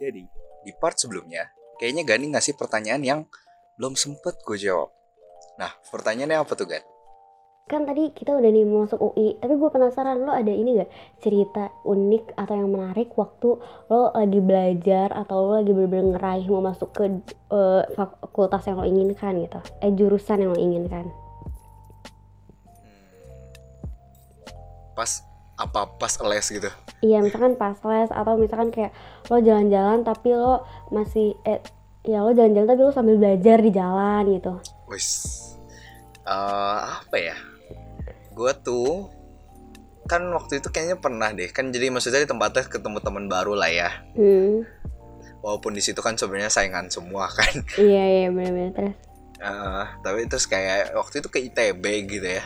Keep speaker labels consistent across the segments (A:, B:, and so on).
A: Jadi, di part sebelumnya, kayaknya Gani ngasih pertanyaan yang belum sempet gue jawab. Nah, pertanyaannya apa tuh, Gan? Hmm.
B: Kan tadi kita udah nih mau masuk UI, tapi gue penasaran lo ada ini gak cerita unik atau yang menarik waktu lo lagi belajar atau lo lagi bener-bener ngeraih mau masuk ke eh, fakultas yang lo inginkan gitu, eh jurusan yang lo inginkan.
A: Pas apa pas les gitu.
B: Iya misalkan pas les atau misalkan kayak lo jalan-jalan tapi lo masih eh ya lo jalan-jalan tapi lo sambil belajar di jalan gitu.
A: Wis. Eh, apa ya? Gue tuh kan waktu itu kayaknya pernah deh. Kan jadi maksudnya di tempatnya ketemu teman baru lah ya.
B: Hmm.
A: Walaupun di situ kan sebenarnya saingan semua kan.
B: Iya iya benar-benar terus.
A: Eh, tapi terus kayak waktu itu ke ITB gitu ya.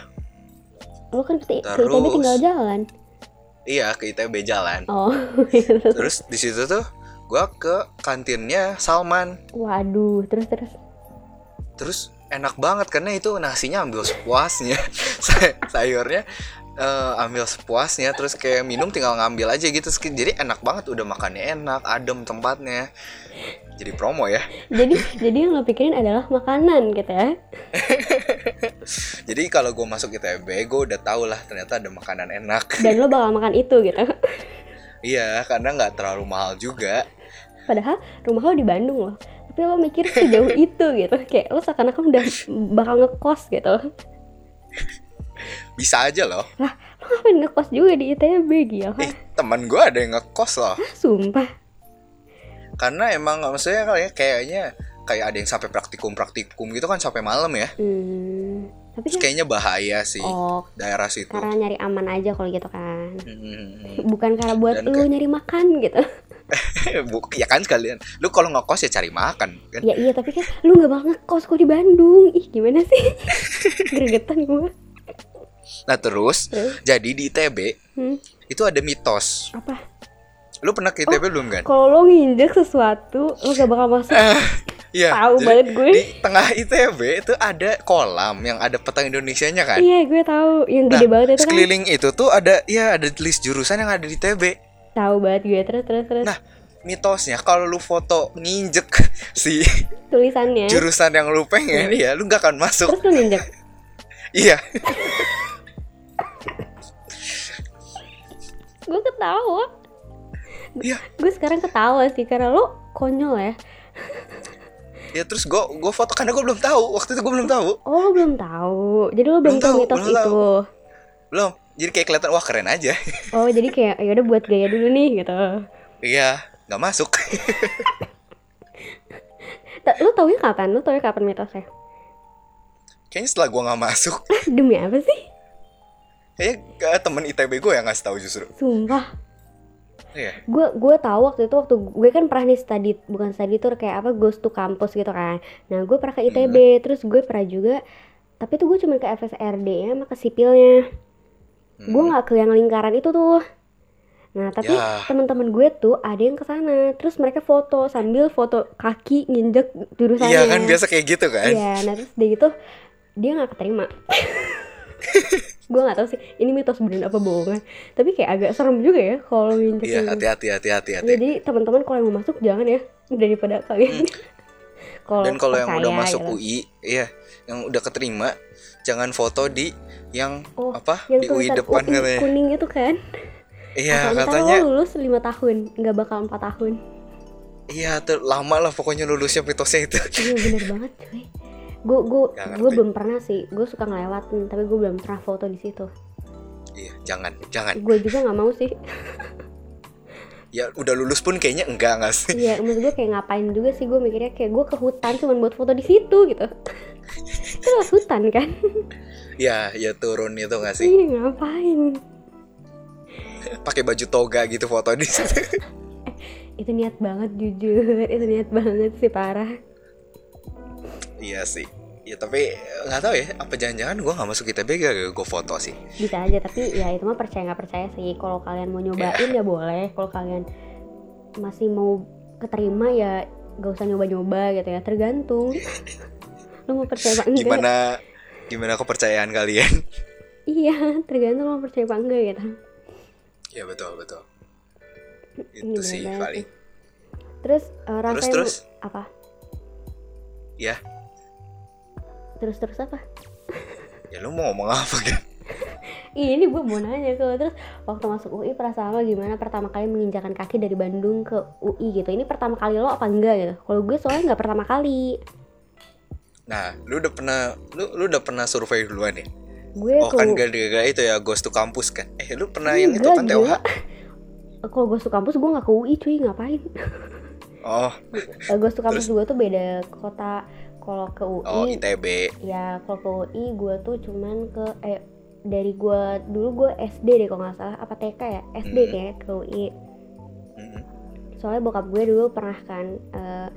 B: Lo kan pasti ke
A: Terus.
B: ITB tinggal jalan.
A: Iya, ke ITB jalan.
B: Oh. gitu.
A: Terus di situ tuh gue ke kantinnya Salman.
B: Waduh, terus terus.
A: Terus enak banget karena itu nasinya ambil sepuasnya, Say- sayurnya eh, ambil sepuasnya. Terus kayak minum tinggal ngambil aja gitu. Terus Jadi enak banget, udah makannya enak, adem tempatnya. Jadi promo ya.
B: Jadi jadi yang lo pikirin adalah makanan gitu ya.
A: Jadi kalau gue masuk ITB, gue udah tau lah ternyata ada makanan enak.
B: Dan lo bakal makan itu gitu.
A: Iya, karena nggak terlalu mahal juga.
B: Padahal rumah lo di Bandung loh. Tapi lo mikir sejauh itu gitu. Kayak lo seakan-akan udah bakal ngekos gitu.
A: Bisa aja loh.
B: Lo ngapain ngekos juga di ITB gila.
A: Ih, teman gue ada yang ngekos loh.
B: Sumpah.
A: karena emang maksudnya kayak kayaknya kayak ada yang sampai praktikum praktikum gitu kan sampai malam ya
B: Hmm. Tapi
A: Terus
B: kan
A: kayaknya bahaya sih
B: oh,
A: daerah situ
B: karena nyari aman aja kalau gitu kan.
A: Mm-mm.
B: Bukan karena buat
A: Dan
B: lo nyari makan gitu.
A: Bu- ya kan sekalian lu kalau ngekos ya cari makan kan
B: Ya iya, tapi kan lu nggak bakal ngekos kok di Bandung. Ih, gimana sih? Gregetan gue.
A: nah terus
B: Terus,
A: jadi di ITB
B: Hmm.
A: itu ada mitos
B: apa? Oh.
A: lu pernah ke ITB belum kan
B: Kalau lo nginjek sesuatu, lo gak bakal masuk.
A: iya
B: Tahu
A: jadi
B: banget gue.
A: di tengah ITB itu ada kolam yang ada petang Indonesianya kan
B: Iya, gue tahu. Yang gede
A: Nah,
B: banget itu kan.
A: sekeliling itu tuh ada ya ada list jurusan yang ada di ITB
B: Tahu banget gue terus terus terus
A: Nah, mitosnya kalau lu foto nginjek si
B: Hmm? tulisannya.
A: jurusan yang lu
B: Hmm?
A: pengen ya lu nggak akan masuk
B: Terus lo nginjek.
A: iya
B: Gue ketawa.
A: Iya.
B: Gue sekarang ketawa sih karena lo konyol ya.
A: ya terus gue gue foto karena gue belum tahu waktu itu gue belum tahu
B: Oh, lo belum tahu. Jadi lo belum
A: Belum
B: tahu
A: tahu,
B: mitos
A: belum
B: itu.
A: belum jadi kayak kelihatan wah keren aja
B: Oh, jadi kayak ya udah buat gaya dulu nih gitu.
A: iya nggak masuk
B: Ta- Lo taunya kapan? Lo taunya kapan mitosnya?
A: kayaknya setelah gue nggak masuk
B: Ah, demi apa sih?
A: kayaknya eh, temen itb gue yang ngasih tahu justru
B: Sumpah,
A: iya
B: gue gue tahu waktu itu waktu gue kan pernah nih study bukan study tour kayak apa ghost to campus gitu kan. Nah gue pernah ke ITB,
A: Hmm.
B: terus gue pernah juga, tapi tuh gue cuma ke FSRD ya, sama ke sipilnya.
A: Hmm.
B: Gue nggak ke yang lingkaran itu tuh. Nah tapi
A: Ya.
B: teman-teman gue tuh ada yang kesana, terus mereka foto sambil foto kaki nginjek jurusannya.
A: iya kan biasa kayak gitu kan
B: ya. Iya, nah terus dia gitu dia nggak keterima. gue nggak tahu sih ini mitos beneran apa bohongan tapi kayak agak serem juga ya kalau nginjek
A: iya
B: nginjek.
A: hati-hati hati-hati
B: Ya,
A: hati
B: jadi teman-teman kalau yang mau masuk jangan ya daripada kalian. kalau
A: Hmm. dan kalau yang
B: percaya
A: udah masuk
B: gitu.
A: UI iya yang udah keterima jangan foto di yang
B: Oh,
A: apa
B: yang
A: di UI
B: tulisan
A: depan
B: UI
A: katanya
B: kuning itu kan.
A: iya
B: Asal ntar
A: katanya
B: lo lulus 5 tahun, nggak bakal 4 tahun.
A: Iya, tuh lama lah pokoknya lulusnya mitosnya itu.
B: Iya bener banget, cuy. Gue gue
A: Nggak
B: gue
A: ngerti.
B: belum pernah sih. Gue suka ngelewatin, tapi gue belum pernah foto di situ.
A: Iya, jangan, jangan.
B: Gue juga nggak mau sih.
A: Ya udah lulus pun kayaknya enggak nggak sih.
B: Iya, maksud gue kayak ngapain juga sih gue mikirnya kayak gue ke hutan cuman buat foto di situ gitu. Itu lewat hutan kan?
A: Ya, ya turun itu nggak sih.
B: Iya ngapain?
A: Pakai baju toga gitu foto di situ.
B: Itu niat banget jujur, itu niat banget sih parah.
A: Iya sih. Ya tapi eh, nggak tahu ya. Apa jangan-jangan gua nggak masuk ITB gak gue foto sih.
B: Bisa aja tapi ya itu mah percaya nggak percaya sih. Kalau kalian mau nyobain ya boleh. Kalau kalian masih mau keterima ya gak usah nyoba-nyoba gitu ya. Tergantung. Lu mau percaya apa enggak?
A: Gimana gimana kepercayaan kalian?
B: Iya, tergantung lu mau percaya apa enggak gitu.
A: ya betul betul.
B: Ini
A: Itu sih
B: bener banget
A: paling.
B: sih. Terus eh,
A: Terus
B: rasanya
A: terus
B: apa?
A: Ya.
B: Terus terus apa?
A: ya lu mau ngomong apa kan?
B: Ih, ini gue mau nanya ke lo. terus waktu masuk UI perasaan lo gimana pertama kali menginjakan kaki dari Bandung ke UI gitu ini pertama kali lo apa enggak gitu kalau gue soalnya nggak pertama kali
A: Nah, lu udah pernah lu lu udah pernah survei duluan ya?
B: gue
A: Oh
B: ke
A: kan gara-gara itu ya Ghost to Kampus kan? Eh lu pernah yang itu
B: Enggak,
A: kan
B: gila.
A: TOH?
B: kalau gue ke kampus gue nggak ke UI cuy ngapain Eh,
A: Oh,
B: gue ke kampus gue tuh beda kota kalau ke
A: oh
B: UI
A: ITB.
B: ya kalau ke UI gue tuh cuman ke eh dari gue dulu gue SD deh kalau nggak salah apa TK ya SD
A: Hmm.
B: kayaknya ke UI
A: Mm-mm.
B: soalnya bokap gue dulu pernah kan eh,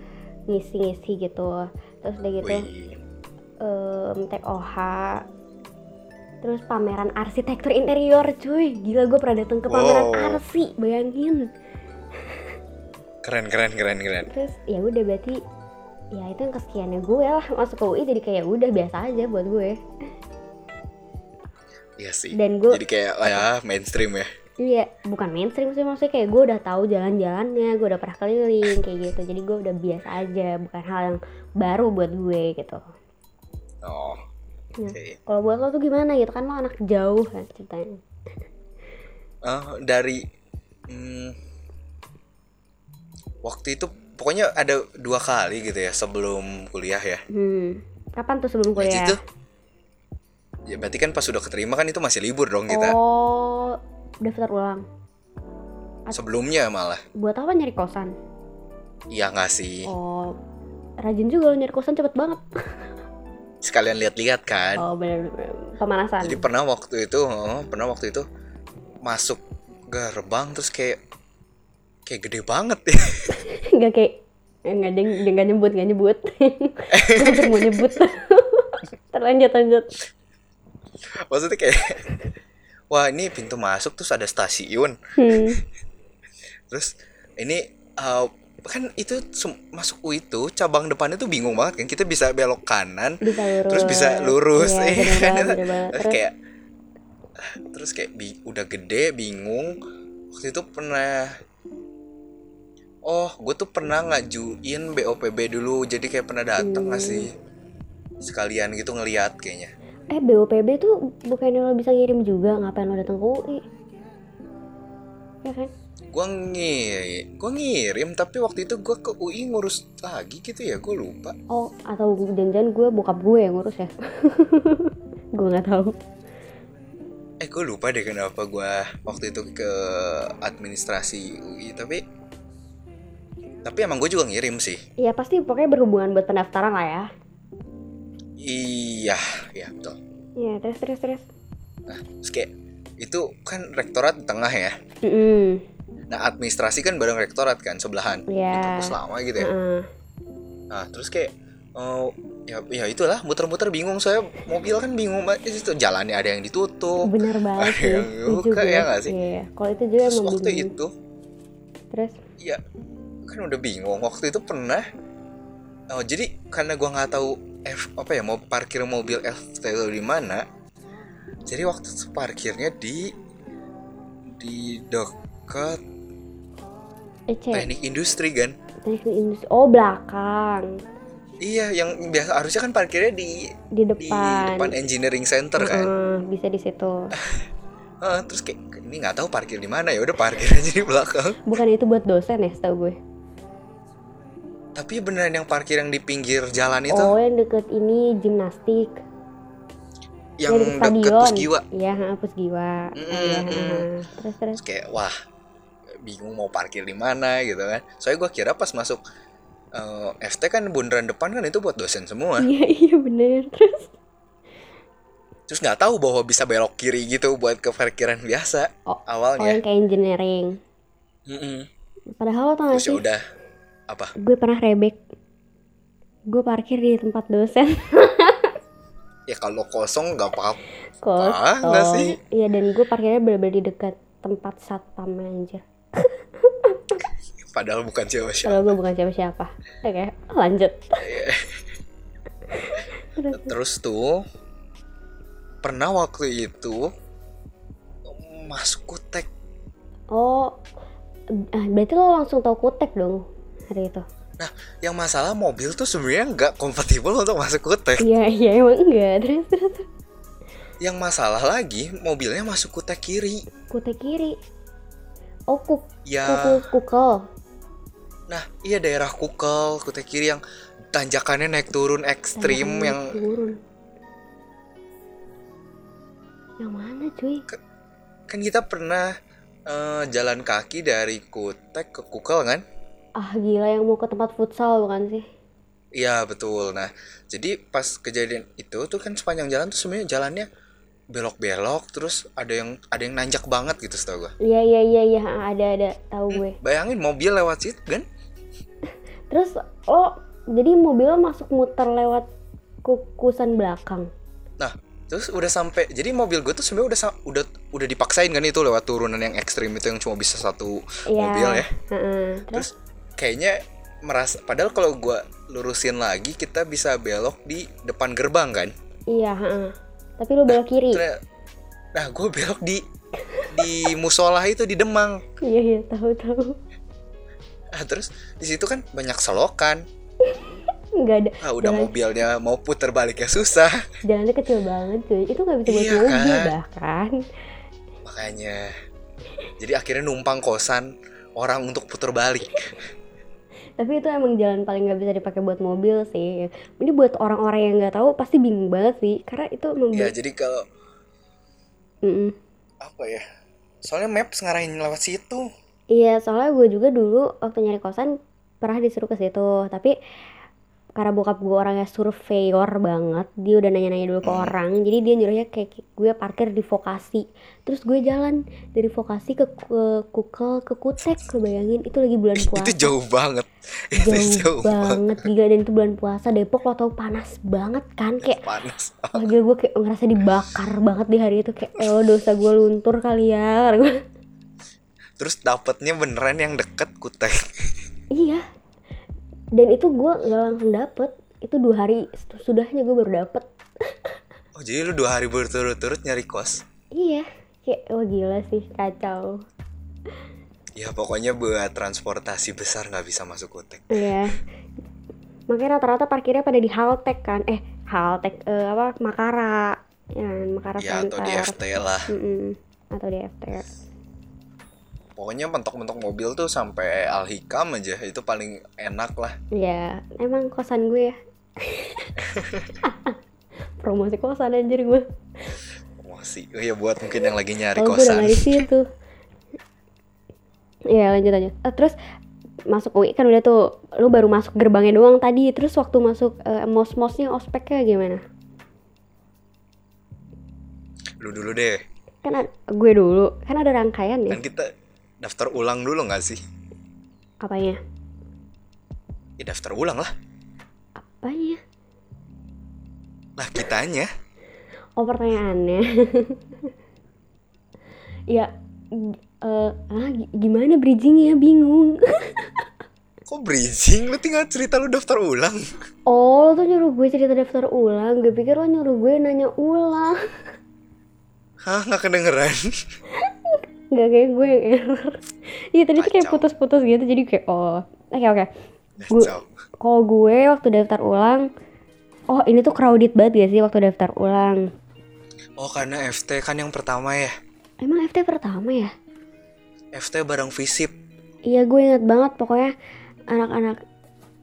B: ngisi-ngisi gitu terus udah gitu
A: Wih.
B: em, TOH terus pameran arsitektur interior cuy gila gue pernah dateng ke pameran
A: Wow.
B: arsi bayangin
A: Keren keren keren keren.
B: terus ya udah berarti ya itu yang kesekiannya gue lah masuk ke UI jadi kayak udah biasa aja buat gue
A: Iya sih.
B: dan gue
A: Jadi kayak oh ya mainstream ya.
B: Iya, bukan mainstream sih maksudnya kayak gue udah tahu jalan-jalannya, gue udah pernah keliling kayak gitu. Jadi gue udah biasa aja, bukan hal yang baru buat gue gitu.
A: Oh.
B: Ya.
A: Oke.
B: Kalau buat lo tuh gimana gitu kan lo anak jauh kan ceritanya.
A: Eh, dari hmm, waktu itu pokoknya ada dua kali gitu ya sebelum kuliah ya.
B: Hmm. Kapan tuh sebelum
A: Berarti
B: kuliah?
A: tuh ya berarti kan pas sudah keterima kan itu masih libur dong kita.
B: Oh, daftar ulang.
A: Sebelumnya malah.
B: Buat apa nyari kosan?
A: Iya nggak sih.
B: Oh, rajin juga lo nyari kosan cepet banget.
A: Sekalian lihat-lihat kan.
B: Oh, kan. bener, bener. pemanasan.
A: Jadi pernah waktu itu, oh, pernah waktu itu masuk gerbang terus kayak kayak gede banget ya.
B: Gak kayak eh, nggak ada yang nggak nyebut nggak nyebut gue hampir mau nyebut terlanjut lanjut
A: Maksudnya kayak wah ini pintu masuk terus ada stasiun.
B: hmm.
A: Terus ini uh, kan itu sem- masuk U itu cabang depannya tuh bingung banget kan. Kita bisa belok kanan
B: bisa lurus
A: terus bisa lurus.
B: Iya,
A: Iya,
B: bener
A: kan?
B: banget, bener banget.
A: terus
B: Terus,
A: kayak terus kayak bi- udah gede bingung waktu itu pernah oh gue tuh pernah ngajuin BOPB dulu jadi kayak pernah dateng
B: Hmm.
A: nggak sih sekalian gitu ngeliat kayaknya
B: eh BOPB tuh bukannya lo bisa ngirim juga ngapain lo datang ke UI ya kan
A: gue ngirim gue ngirim tapi waktu itu gue ke UI ngurus lagi gitu ya gue lupa
B: oh atau jangan-jangan gue bokap gue yang ngurus ya gue nggak tahu
A: eh gue lupa deh kenapa gue waktu itu ke administrasi UI tapi tapi emang gue juga ngirim sih
B: ya pasti pokoknya berhubungan buat pendaftaran lah ya
A: iya iya betul
B: Iya, terus terus terus
A: Terus kayak itu kan rektorat di tengah ya.
B: Mm-mm.
A: Nah administrasi kan bareng rektorat kan sebelahan. Di
B: Iya.
A: kampus lama gitu ya.
B: Heeh.
A: Nah terus kayak oh ya ya itulah muter-muter bingung saya mobil kan bingung banget itu jalannya ada yang ditutup.
B: Nah, bener banget
A: Ada
B: sih
A: yang
B: Setuju
A: oh, buka,
B: gue.
A: ya nggak sih?
B: Iya, iya. kalau itu juga
A: Terus
B: emang
A: waktu
B: bingung.
A: itu
B: terus
A: ya kan udah bingung waktu itu pernah oh jadi karena gua nggak tahu F apa ya mau parkir mobil FTL di mana jadi waktu itu parkirnya di di dekat
B: ecek
A: teknik industri kan
B: eh, teknik industri oh belakang
A: Iya, yang biasa harusnya kan parkirnya di di
B: di depan,
A: depan engineering center kan.
B: Heeh, bisa di situ
A: Heeh, terus kayak ini nggak tahu parkir di mana ya, udah parkir aja di belakang.
B: Bukan itu buat dosen ya setahu gue.
A: Tapi beneran yang parkir yang di pinggir jalan itu,
B: Oh yang deket ini gimnastik.
A: yang
B: yang deket
A: deket
B: stadion.
A: Pusgiwa.
B: Iya ha, Pusgiwa.
A: Mm,
B: Iya, ha,
A: mm.
B: ha. Terus terus.
A: Terus kayak wah bingung mau parkir di mana gitu kan. Soalnya gua kira pas masuk eh, FT kan bundaran depan kan itu buat dosen semua.
B: Iya iya bener. Terus.
A: Terus nggak tahu bahwa bisa belok kiri gitu buat ke parkiran biasa
B: Oh, Oh
A: awalnya.
B: yang kayak engineering.
A: Mm-mm.
B: Padahal lo tau gak
A: Terus ya
B: Oh, sih?
A: udah apa?
B: Gue pernah rebek. Gue parkir di tempat dosen.
A: Ya kalau kosong
B: Oh,
A: nggak apa-apa
B: Kok?
A: nggak sih?
B: Iya dan gue parkirnya bener-bener di dekat tempat satpam anjir.
A: Padahal bukan siapa-siapa.
B: Kalau gue bukan siapa-siapa. Oke, lanjut. Terus.
A: Terus tuh pernah waktu itu masuk kutek
B: Oh, ah, berarti lo langsung tau kutek dong. hari itu
A: Yang masalah mobil tuh sebenarnya nggak kompatibel untuk masuk kutek.
B: iya iya emang enggak terus terus
A: Yang masalah lagi mobilnya masuk kutek kiri.
B: kutek kiri oh kuk kuku
A: Ya,
B: kukel
A: nah iya daerah kukel kutek kiri yang tanjakannya naik turun ekstrim
B: Tangan
A: yang
B: turun yang mana cuy
A: kan kita pernah eh, jalan kaki dari kutek ke kukel kan?
B: ah gila yang mau ke tempat futsal bukan sih
A: Iya betul. Nah, jadi pas kejadian itu tuh kan sepanjang jalan tuh sebenarnya jalannya belok-belok terus ada yang ada yang nanjak banget gitu setahu gua.
B: iya iya iya iya ah, ada ada tahu
A: Hmm.
B: gue
A: Bayangin mobil lewat situ kan?
B: terus oh jadi mobil lo masuk muter lewat kukusan belakang
A: Nah, terus udah sampai jadi mobil gue tuh sebenarnya udah sa- udah udah dipaksain kan itu lewat turunan yang ekstrim itu yang cuma bisa satu
B: Iya.
A: mobil ya.
B: Heeh. terus
A: Terus kayaknya merasa padahal kalau gua lurusin lagi kita bisa belok di depan gerbang kan?
B: iya heeh. tapi lo belok kiri
A: Ternyata- Nah, gue belok di di musola itu di Demang.
B: iya iya tahu tahu
A: Ah, terus di situ kan banyak selokan.
B: nggak ada
A: Ah, udah
B: Jalan-
A: mobilnya mau puter baliknya susah.
B: jalannya kecil banget cuy itu nggak bisa buat
A: Iya,
B: mobil
A: kan?
B: bahkan
A: Makanya. Jadi akhirnya numpang kosan orang untuk puter balik.
B: tapi itu emang jalan paling nggak bisa dipakai buat mobil sih ini buat orang-orang yang nggak tahu pasti bingung banget sih karena itu emang
A: Ya,
B: buat-
A: jadi kalau
B: Mm-mm.
A: apa ya? Soalnya maps ngarahin lewat situ.
B: Iya, soalnya gue juga dulu waktu nyari kosan pernah disuruh ke situ, tapi karena bokap gue orangnya surveyor banget, dia udah nanya-nanya dulu ke orang, jadi dia nyuruhnya kayak gue parkir di vokasi, terus gue jalan dari vokasi ke, ke kukel ke kutek, lo bayangin itu lagi bulan
A: Itu
B: puasa,
A: jauh banget. Itu
B: jauh banget gila dan itu bulan puasa Depok lo tau panas banget kan, kayak
A: Panas.
B: Wah gila gue kayak ngerasa dibakar banget di hari itu kayak eh dosa gue luntur kali ya Karena gua-
A: Terus dapetnya beneran yang deket kutek.
B: Iya. Dan itu gue nggak langsung dapet. Itu dua hari sudahnya gue baru dapet.
A: Oh, jadi lu dua hari berturut-turut nyari kos.
B: Iya. Kayak wah gila sih kacau.
A: Ya pokoknya buat transportasi besar nggak bisa masuk kutek.
B: Iya. Makanya rata-rata parkirnya pada di Haltek kan. Eh Haltek eh, apa Makara. Ya, Makara
A: Ya atau di
B: Center.
A: FT lah.
B: Mm-mm. Atau di FTR.
A: Pokoknya mentok-mentok mobil tuh sampai Al Hikam aja itu paling enak lah.
B: Ya emang kosan gue ya. Promosi kosan anjir gue.
A: Masih. Oh ya buat mungkin yang lagi nyari
B: Kalau gue udah
A: kosan.
B: nggak di situ. ya lanjut lanjut. Eh, terus masuk UI kan udah tuh, lu baru masuk gerbangnya doang tadi. Terus waktu masuk eh, mos-mosnya ospeknya gimana?
A: Lu dulu deh.
B: Kan ad- gue dulu, kan ada rangkaian ya,
A: Kan kita daftar ulang dulu nggak sih?
B: apanya?
A: Ya daftar ulang lah.
B: Apanya?
A: Lah kitanya.
B: Oh pertanyaannya. ya g- eh, ah, gi- gimana bridgingnya bingung.
A: Kok bridging? Lu tinggal cerita lu daftar ulang.
B: oh lo tuh nyuruh gue cerita daftar ulang, gue pikir lo nyuruh gue nanya ulang.
A: Hah nggak kedengeran?
B: Gak kayak gue yang error Iya tadi tuh kayak
A: Kacau.
B: putus-putus gitu jadi kayak oh Oke oke Gue-
A: Kacau.
B: Kalau gue waktu daftar ulang Oh ini tuh crowded banget gak sih waktu daftar ulang
A: Oh karena FT kan yang pertama ya.
B: Emang FT pertama ya?
A: FT bareng visip.
B: Iya gue ingat banget pokoknya Anak-anak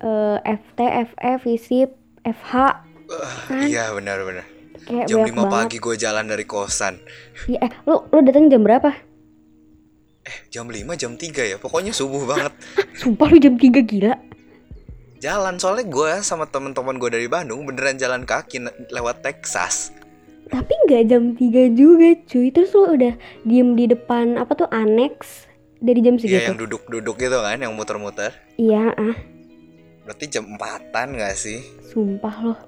B: eh, FT, FF, FISIP, FH
A: Wah,
B: Kan?
A: Iya benar-benar.
B: Kayak
A: Jam 5
B: banyak banget
A: pagi gue jalan dari kosan.
B: Iya, eh, Lu, lu datang jam berapa?
A: Jam 5 jam 3 ya. Pokoknya subuh banget.
B: Sumpah lu jam 3 gila
A: Jalan soalnya gue sama teman-teman gue dari Bandung beneran jalan kaki na- lewat Texas.
B: Tapi nggak jam 3 juga cuy Terus lu udah diem di depan apa tuh aneks dari jam
A: Iya
B: segitu
A: yang duduk-duduk gitu kan, yang muter-muter.
B: Iya, ah,
A: Berarti jam empatan gak sih?
B: sumpah loh.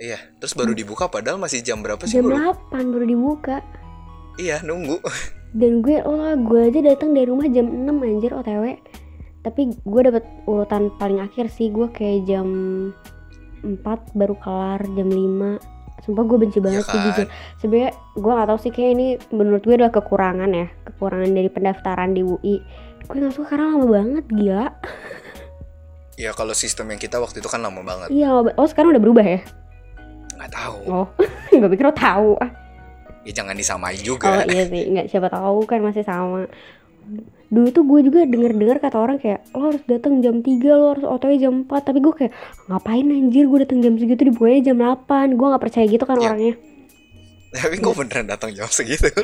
A: Iya. Terus baru dibuka padahal masih jam berapa sih?
B: Hmm. Jam
A: Gua lupa.
B: 8 baru dibuka.
A: Iya nunggu.
B: Dan gue, oh gue aja datang dari rumah jam 6 anjir OTW. Tapi gue dapet urutan paling akhir sih, gue kayak jam 4 baru kelar, jam 5. Sumpah gue benci
A: Iya
B: banget sih jujur.
A: kan?
B: Sebenernya gue gak tahu sih, kayak ini menurut gue adalah kekurangan ya. Kekurangan dari pendaftaran di UI. Gue gak suka karena lama banget, gila.
A: Ya kalau sistem yang kita waktu itu kan lama banget.
B: Iya, oh sekarang udah berubah ya?
A: Nggak tahu.
B: Oh, gue pikir lo tahu. Ah,
A: Ya jangan disamain
B: Oh
A: juga.
B: iya sih, nggak siapa tahu kan masih sama. Dulu tuh gue juga denger-dengar kata orang kayak lo harus datang jam 3, lo harus otw jam 4 Tapi gue kayak ngapain anjir gue datang jam segitu dibukanya jam 8 Gue nggak percaya gitu kan
A: Ya.
B: orangnya
A: Tapi gue beneran datang jam segitu.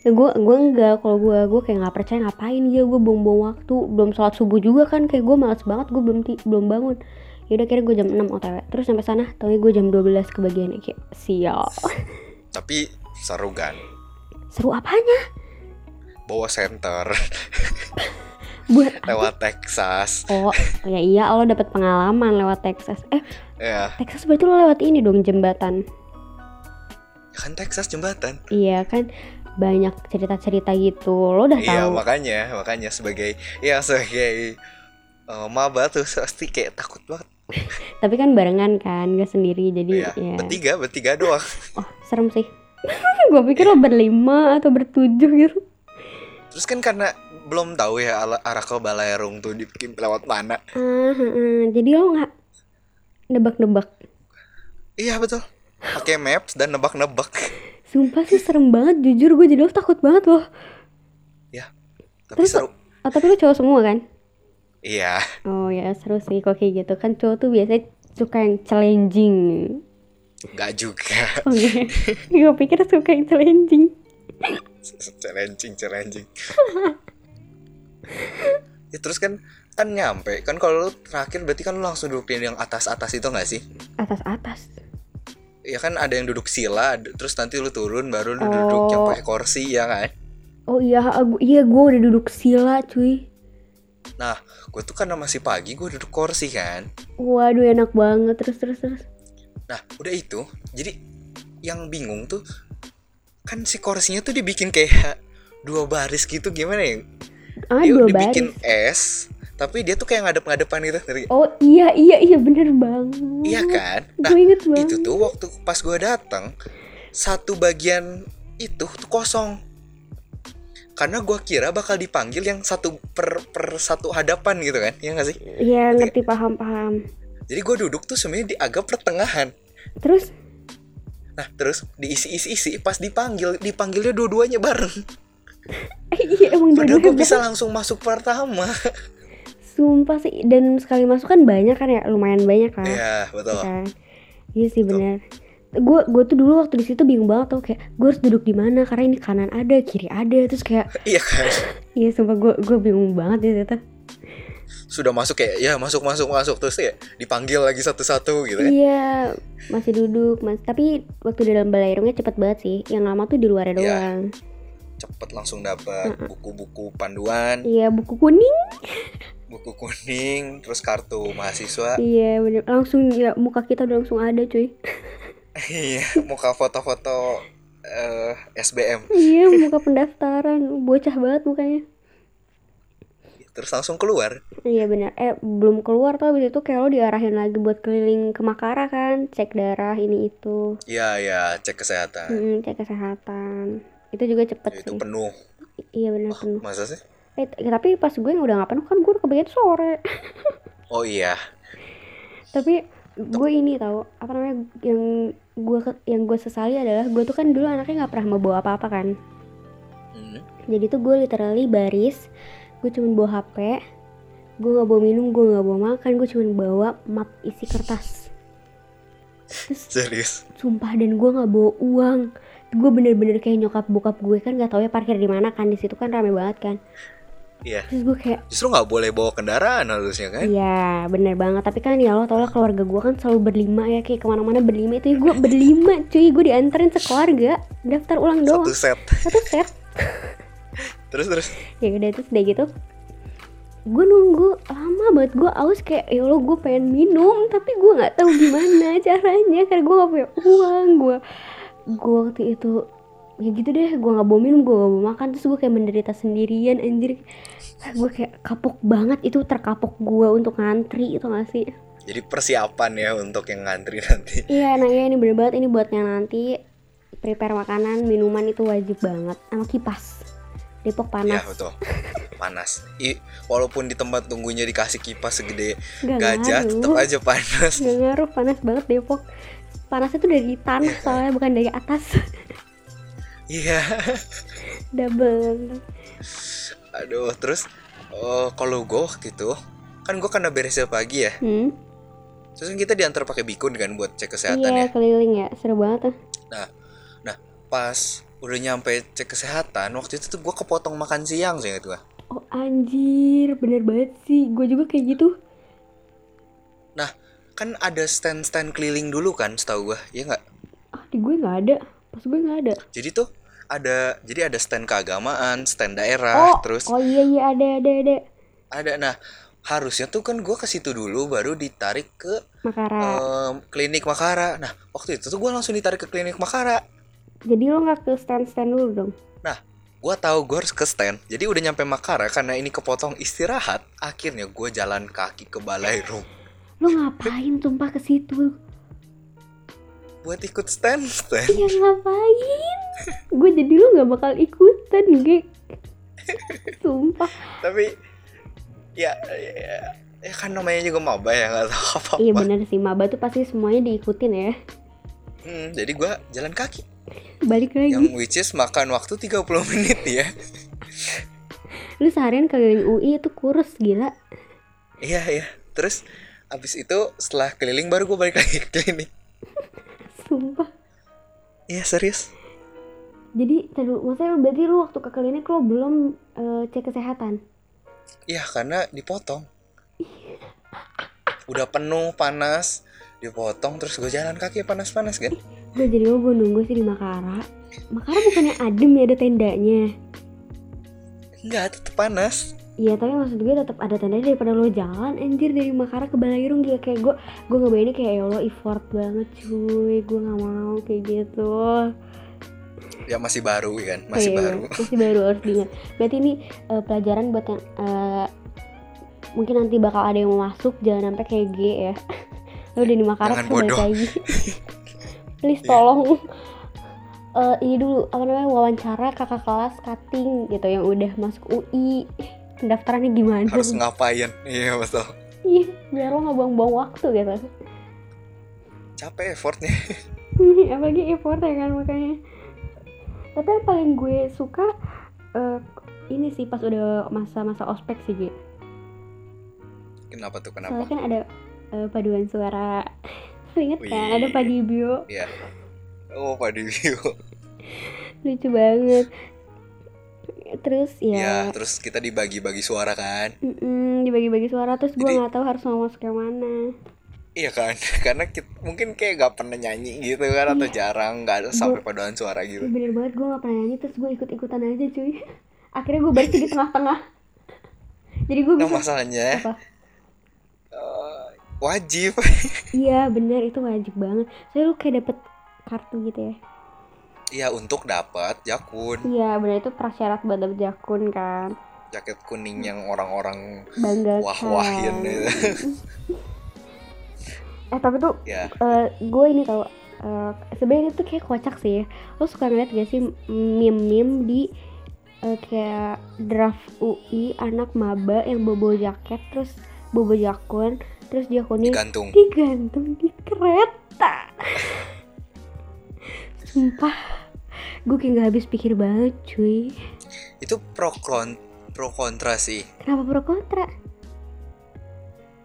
B: Ya, gue gue enggak kalau gue gue kayak nggak percaya ngapain dia gue buang-buang waktu belum sholat subuh juga kan kayak gue malas banget gue belum ti- belum bangun ya udah kira gue jam 6 otw terus sampai sana tapi gue jam 12 kebagian kayak sial
A: Tapi seru kan.
B: seru apanya
A: Bawa center
B: buat
A: lewat Texas.
B: oh ya iya lo dapet pengalaman lewat Texas eh
A: Ya
B: Texas berarti lo lewat ini dong jembatan
A: kan Texas jembatan.
B: iya kan banyak cerita-cerita gitu lo udah
A: Iya
B: tahu
A: makanya makanya sebagai ya sebagai eh, maba tuh pasti kayak takut banget.
B: tapi kan barengan kan gak sendiri
A: Ya,
B: jadi ya
A: bertiga bertiga doang.
B: oh serem sih gue pikir lo berlima atau bertujuh gitu
A: Terus kan karena belum tahu ya ala- arah ke Balairung tuh dibikin lewat mana.
B: Ah, heeh. jadi lo nggak nebak-nebak.
A: Iya betul. Pakai maps dan nebak-nebak.
B: Sumpah sih serem banget, jujur gue jadi lo takut banget loh.
A: Tapi
B: Terus-
A: seru.
B: Oh, tapi lo cowok semua kan?
A: Iya.
B: Oh ya seru sih kok kayak gitu kan cowok tuh biasanya suka yang challenging.
A: Enggak juga.
B: Oh, iya. gue pikir suka yang challenging.
A: Celencing, celencing. ya terus kan kan nyampe kan kalau lu terakhir berarti kan lu langsung dudukin yang atas atas itu nggak sih
B: Atas atas.
A: ya kan ada yang duduk sila ad- terus nanti lu turun baru lu duduk yang
B: Oh.
A: pakai kursi ya kan
B: Oh iya, ah, gu- iya gue udah duduk sila cuy.
A: nah gue tuh karena masih pagi gue duduk kursi kan
B: Waduh enak banget terus terus terus.
A: nah udah itu jadi yang bingung tuh kan si kursinya tuh dibikin kayak dua baris gitu gimana ya
B: Ah
A: dia
B: dua
A: dibikin
B: baris.
A: S tapi dia tuh kayak ngadep-ngadepan gitu ngerti nggak?
B: Oh iya iya iya bener banget.
A: iya kan nah
B: Gue inget banget.
A: itu tuh waktu pas gue datang satu bagian itu tuh kosong karena gue kira bakal dipanggil yang satu per per satu hadapan gitu kan ya nggak sih
B: Iya ngerti paham paham.
A: jadi gue duduk tuh sebenarnya di agak pertengahan
B: Terus
A: nah terus diisi isi isi pas dipanggil dipanggilnya dua-duanya bareng
B: Eh, iya emang
A: padahal
B: dua-duanya
A: gue bisa langsung masuk pertama
B: Sumpah sih dan sekali masuk kan banyak kan ya lumayan banyak kan.
A: ya
B: Ya
A: betul
B: kan? Iya sih benar. Gue gue tuh dulu waktu di situ bingung banget tau kayak gue harus duduk di mana karena ini kanan ada kiri ada terus kayak
A: iya kan
B: iya sumpah gue gue bingung banget di situ.
A: sudah masuk kayak ya masuk masuk masuk terus ya dipanggil lagi satu-satu gitu kan
B: Iya masih duduk mas tapi waktu di dalam balairungnya cepet banget sih yang lama tuh di luarnya
A: Iya.
B: doang.
A: cepet langsung dapat buku-buku panduan
B: Iya buku kuning.
A: buku kuning terus kartu mahasiswa
B: Iya bener langsung ya muka kita udah langsung ada cuy.
A: iya muka foto-foto eh, SBM
B: iya muka pendaftaran bocah banget mukanya.
A: terus langsung keluar
B: Iya benar. Eh belum keluar tuh abis itu kayak lo diarahin lagi buat keliling ke Makara kan, cek darah ini itu,
A: ya ya cek kesehatan
B: Mm, cek kesehatan. Itu juga cepet
A: itu
B: sih.
A: penuh
B: Iya benar Hmm, penuh.
A: masa sih
B: Eh t- tapi pas gue yang udah nggak penuh kan gue udah kebagian sore.
A: oh iya
B: tapi gue ini tahu apa namanya yang gue ke- yang gue sesali adalah gue tuh kan dulu anaknya nggak pernah membawa apa-apa kan.
A: Hmm.
B: Jadi tuh gue literally baris, gue cuman bawa HP, gue nggak bawa minum, gue nggak bawa makan, gue cuman bawa map isi kertas.
A: serius
B: sumpah dan gue nggak bawa uang gue bener-bener kayak nyokap bokap gue kan nggak tahu ya parkir di mana kan di situ kan rame banget kan
A: Iya.
B: terus gue kayak
A: justru nggak boleh bawa kendaraan harusnya kan
B: iya bener banget tapi kan ya lo tau lah keluarga gue kan selalu berlima ya kayak kemana-mana berlima itu ya gue berlima cuy gue dianterin sekeluarga daftar ulang doang
A: satu set
B: satu set
A: terus terus
B: ya udah terus udah gitu gue nunggu lama banget gue aus kayak ya Allah gue pengen minum tapi gue nggak tahu gimana caranya karena gue gak punya uang gue gue waktu itu ya gitu deh gue nggak bawa minum gue gak bawa makan terus gue kayak menderita sendirian anjir gue kayak kapok banget itu terkapok gue untuk ngantri itu gak sih
A: jadi persiapan ya untuk yang ngantri nanti
B: iya nah iya ini bener banget ini buatnya nanti prepare makanan minuman itu wajib banget sama kipas Depok
A: Iya
B: panas.
A: betul. Panas. I, walaupun di tempat tunggunya dikasih kipas segede
B: Nggak
A: Iya, gajah,
B: ngaruh.
A: tetap aja panas.
B: Nggak ngaruh panas banget Depok. Panasnya tuh dari tanah soalnya bukan dari atas.
A: Iya.
B: Double.
A: Aduh, terus eh, kalau gue waktu itu kan gue karena beresnya pagi ya.
B: Hmm.
A: Terus kan kita diantar pakai bikun kan buat cek kesehatan ya.
B: Iya keliling ya seru banget tuh.
A: Nah, pas udah nyampe cek kesehatan, waktu itu tuh gue kepotong makan siang sih ingat gue.
B: Oh anjir bener banget sih. Gue juga kayak gitu.
A: Kan ada stand-stand keliling dulu kan, setahu gue, ya nggak?
B: Ah di gue nggak ada. Pas gue nggak ada.
A: Jadi tuh ada jadi ada stand keagamaan, stand daerah, Ah,
B: oh
A: terus
B: oh iya iya ada ada ada.
A: ada nah harusnya tuh kan gue ke situ dulu baru ditarik ke
B: Makara.
A: em, klinik Makara. Nah waktu itu tuh gue langsung ditarik ke klinik Makara.
B: Jadi lo nggak ke stand stand dulu dong.
A: Gue tahu gue harus ke stand. Jadi udah nyampe Makara karena ini kepotong istirahat. Akhirnya gue jalan kaki ke Balai Rum
B: Lo ngapain tumpah ke situ?
A: buat ikut stand stand.
B: Ya ngapain? Gue jadi lu nggak bakal ikutan, Ge. Sumpah.
A: Tapi ya ya, ya, ya kan namanya juga maba ya nggak tahu apa
B: Iya
A: apa.
B: bener sih, maba tuh pasti semuanya diikutin ya.
A: Hmm, jadi gue jalan kaki.
B: Balik lagi.
A: Yang which is makan waktu 30 menit ya.
B: Lu seharian keliling UI itu kurus gila.
A: Iya iya. Terus abis itu setelah keliling baru gue balik lagi ke klinik.
B: Sumpah.
A: Iya serius.
B: Jadi, tadi lu- maksudnya lu- berarti lu waktu ke klinik lu belum eh, cek kesehatan.
A: Iya karena dipotong. Udah penuh panas dipotong terus gue jalan kaki panas-panas kan.
B: Gue jadi lu gue nunggu sih di Makara. Makara bukannya adem ya ada tendanya.
A: Enggak tetep panas.
B: Iya tapi maksud gue tetap ada tandanya daripada lo jalan anjir dari Makara ke Balairung gila kayak gue gue ngebayangin kayak ya Allah effort banget cuy gue nggak mau kayak gitu
A: Ya masih baru kan masih
B: Kayak,
A: baru.
B: masih baru harus diingat berarti ini eh, pelajaran buat yang eh, mungkin nanti bakal ada yang mau masuk jangan sampai kayak G ya lo udah di Makara
A: Jangan
B: terus balik
A: bodoh.
B: lagi please
A: Iya.
B: tolong Eh, ini dulu apa namanya wawancara kakak kelas cutting gitu yang udah masuk UI pendaftarannya gimana
A: Harus ngapain? Iya betul.
B: Iya, biar lo nggak buang-buang waktu gitu.
A: Capek effortnya.
B: Apalagi effort ya kan makanya. Tapi yang paling gue suka eh, ini sih pas udah masa-masa ospek sih, Gi.
A: Kenapa tuh
B: Soalnya
A: kenapa?
B: kan ada eh, paduan suara. Lo Ingat
A: Wih.
B: kan ada Padibio,
A: Iya. Oh Pak
B: Iya.
A: Divio.
B: lucu banget. Terus ya
A: Iya terus kita dibagi-bagi suara kan.
B: mm-mm, dibagi-bagi suara terus gue
A: Jadi-
B: nggak tahu harus mau masuk yang mana.
A: Iya kan, karena kit- mungkin kayak gak pernah nyanyi gitu kan atau
B: Iya.
A: jarang nggak ada sampai paduan suara gitu.
B: Bener banget gue gak pernah nyanyi terus gue ikut-ikutan aja cuy. Akhirnya gue balik di tengah-tengah. Jadi gue
A: Nah
B: bisa
A: masalahnya
B: apa?
A: eh, wajib.
B: Iya bener itu wajib banget Soalnya lu kayak dapet kartu gitu ya
A: Iya untuk dapat jakun,
B: Iya bener itu prasyarat buat dapet jakun kan
A: jaket kuning yang orang-orang
B: Bangga
A: wah-wahin
B: kan.
A: gitu.
B: Eh tapi tuh
A: Ya,
B: eh, gue ini tau eh, sebenarnya itu kayak kocak sih Lo suka ngeliat gak sih meme-meme di eh, kayak draft UI anak maba yang bobo jaket terus bobo jakun terus jakunnya
A: digantung.
B: digantung di kereta sumpah gue kayak nggak habis pikir banget cuy
A: Itu pro kon pro kontra sih.
B: kenapa pro kontra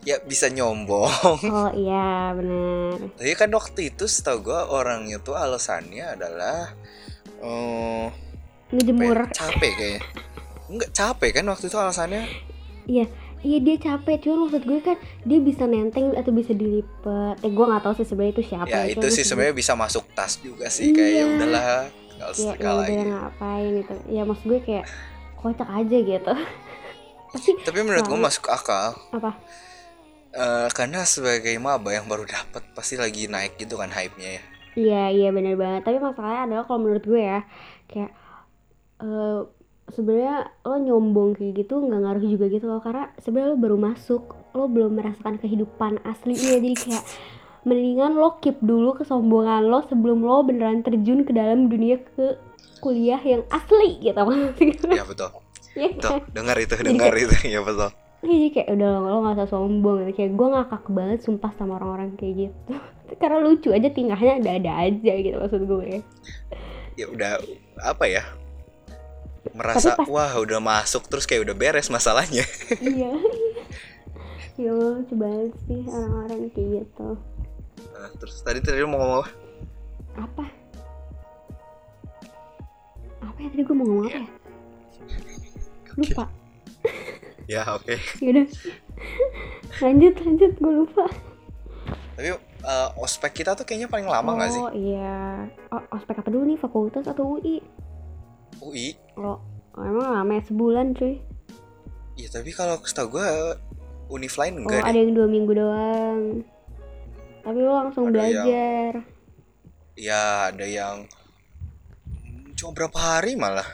A: Ya bisa nyombong.
B: oh iya benar
A: Tapi kan waktu itu setahu gua orangnya tuh alasannya adalah eh apa ya,
B: ngejemur
A: capek kayaknya. Enggak capek kan waktu itu alasannya
B: iya dia capek cuman maksud gue kan dia bisa nenteng atau bisa dilipet eh gue nggak tahu sih sebenarnya itu siapa
A: ya
B: cuman
A: itu
B: dia
A: sih
B: sebut-
A: sebenarnya bisa masuk tas juga sih kayak
B: Iya.
A: ya udahlah nggak usah
B: ya ya
A: kalah
B: udah
A: gitu.
B: ngapain gitu ya maksud gue kayak kocak aja gitu pasti
A: tapi menurut gue
B: Lalu-
A: masuk akal
B: apa
A: Eh, karena sebagai maba yang baru dapat pasti lagi naik gitu kan hype nya ya
B: Iya iya bener banget. Tapi masalahnya adalah kalau menurut gue ya kayak eh sebenarnya lo nyombong kayak gitu nggak ngaruh juga gitu loh karena sebenarnya lo baru masuk lo belum merasakan kehidupan aslinya jadi kayak mendingan lo keep dulu kesombongan lo sebelum lo beneran terjun ke dalam dunia ke kuliah yang asli gitu maksudnya
A: ya betul
B: ya
A: betul dengar itu dengar itu ya betul
B: Iya, jadi kayak udah lo gak usah sombong gitu. Kayak gue ngakak banget sumpah sama orang-orang kayak gitu Karena lucu aja tingkahnya ada-ada aja gitu maksud gue
A: ya udah apa ya merasa
B: Tapi pas-
A: wah udah masuk terus kayak udah beres masalahnya
B: Iya Ya Allah, lucu banget sih orang-orang kayak gitu
A: Nah, terus tadi tadi lu mau ngomong apa?
B: Apa? Apa ya tadi gue mau ngomong apa ya? Lupa
A: ya oke
B: Yaudah Lanjut, lanjut, gue lupa
A: tapi eh, ospek kita tuh kayaknya paling lama nggak sih
B: Oh iya O- Ospek apa dulu nih? Fakultas atau UI?
A: UI
B: Lo Emang lama ya? Sebulan cuy
A: ya tapi kalau setahu gue univ lain
B: Oh
A: enggak deh
B: ada yang dua minggu doang Tapi lo langsung
A: Ada
B: belajar
A: ya ada yang hmm, cuma berapa hari malah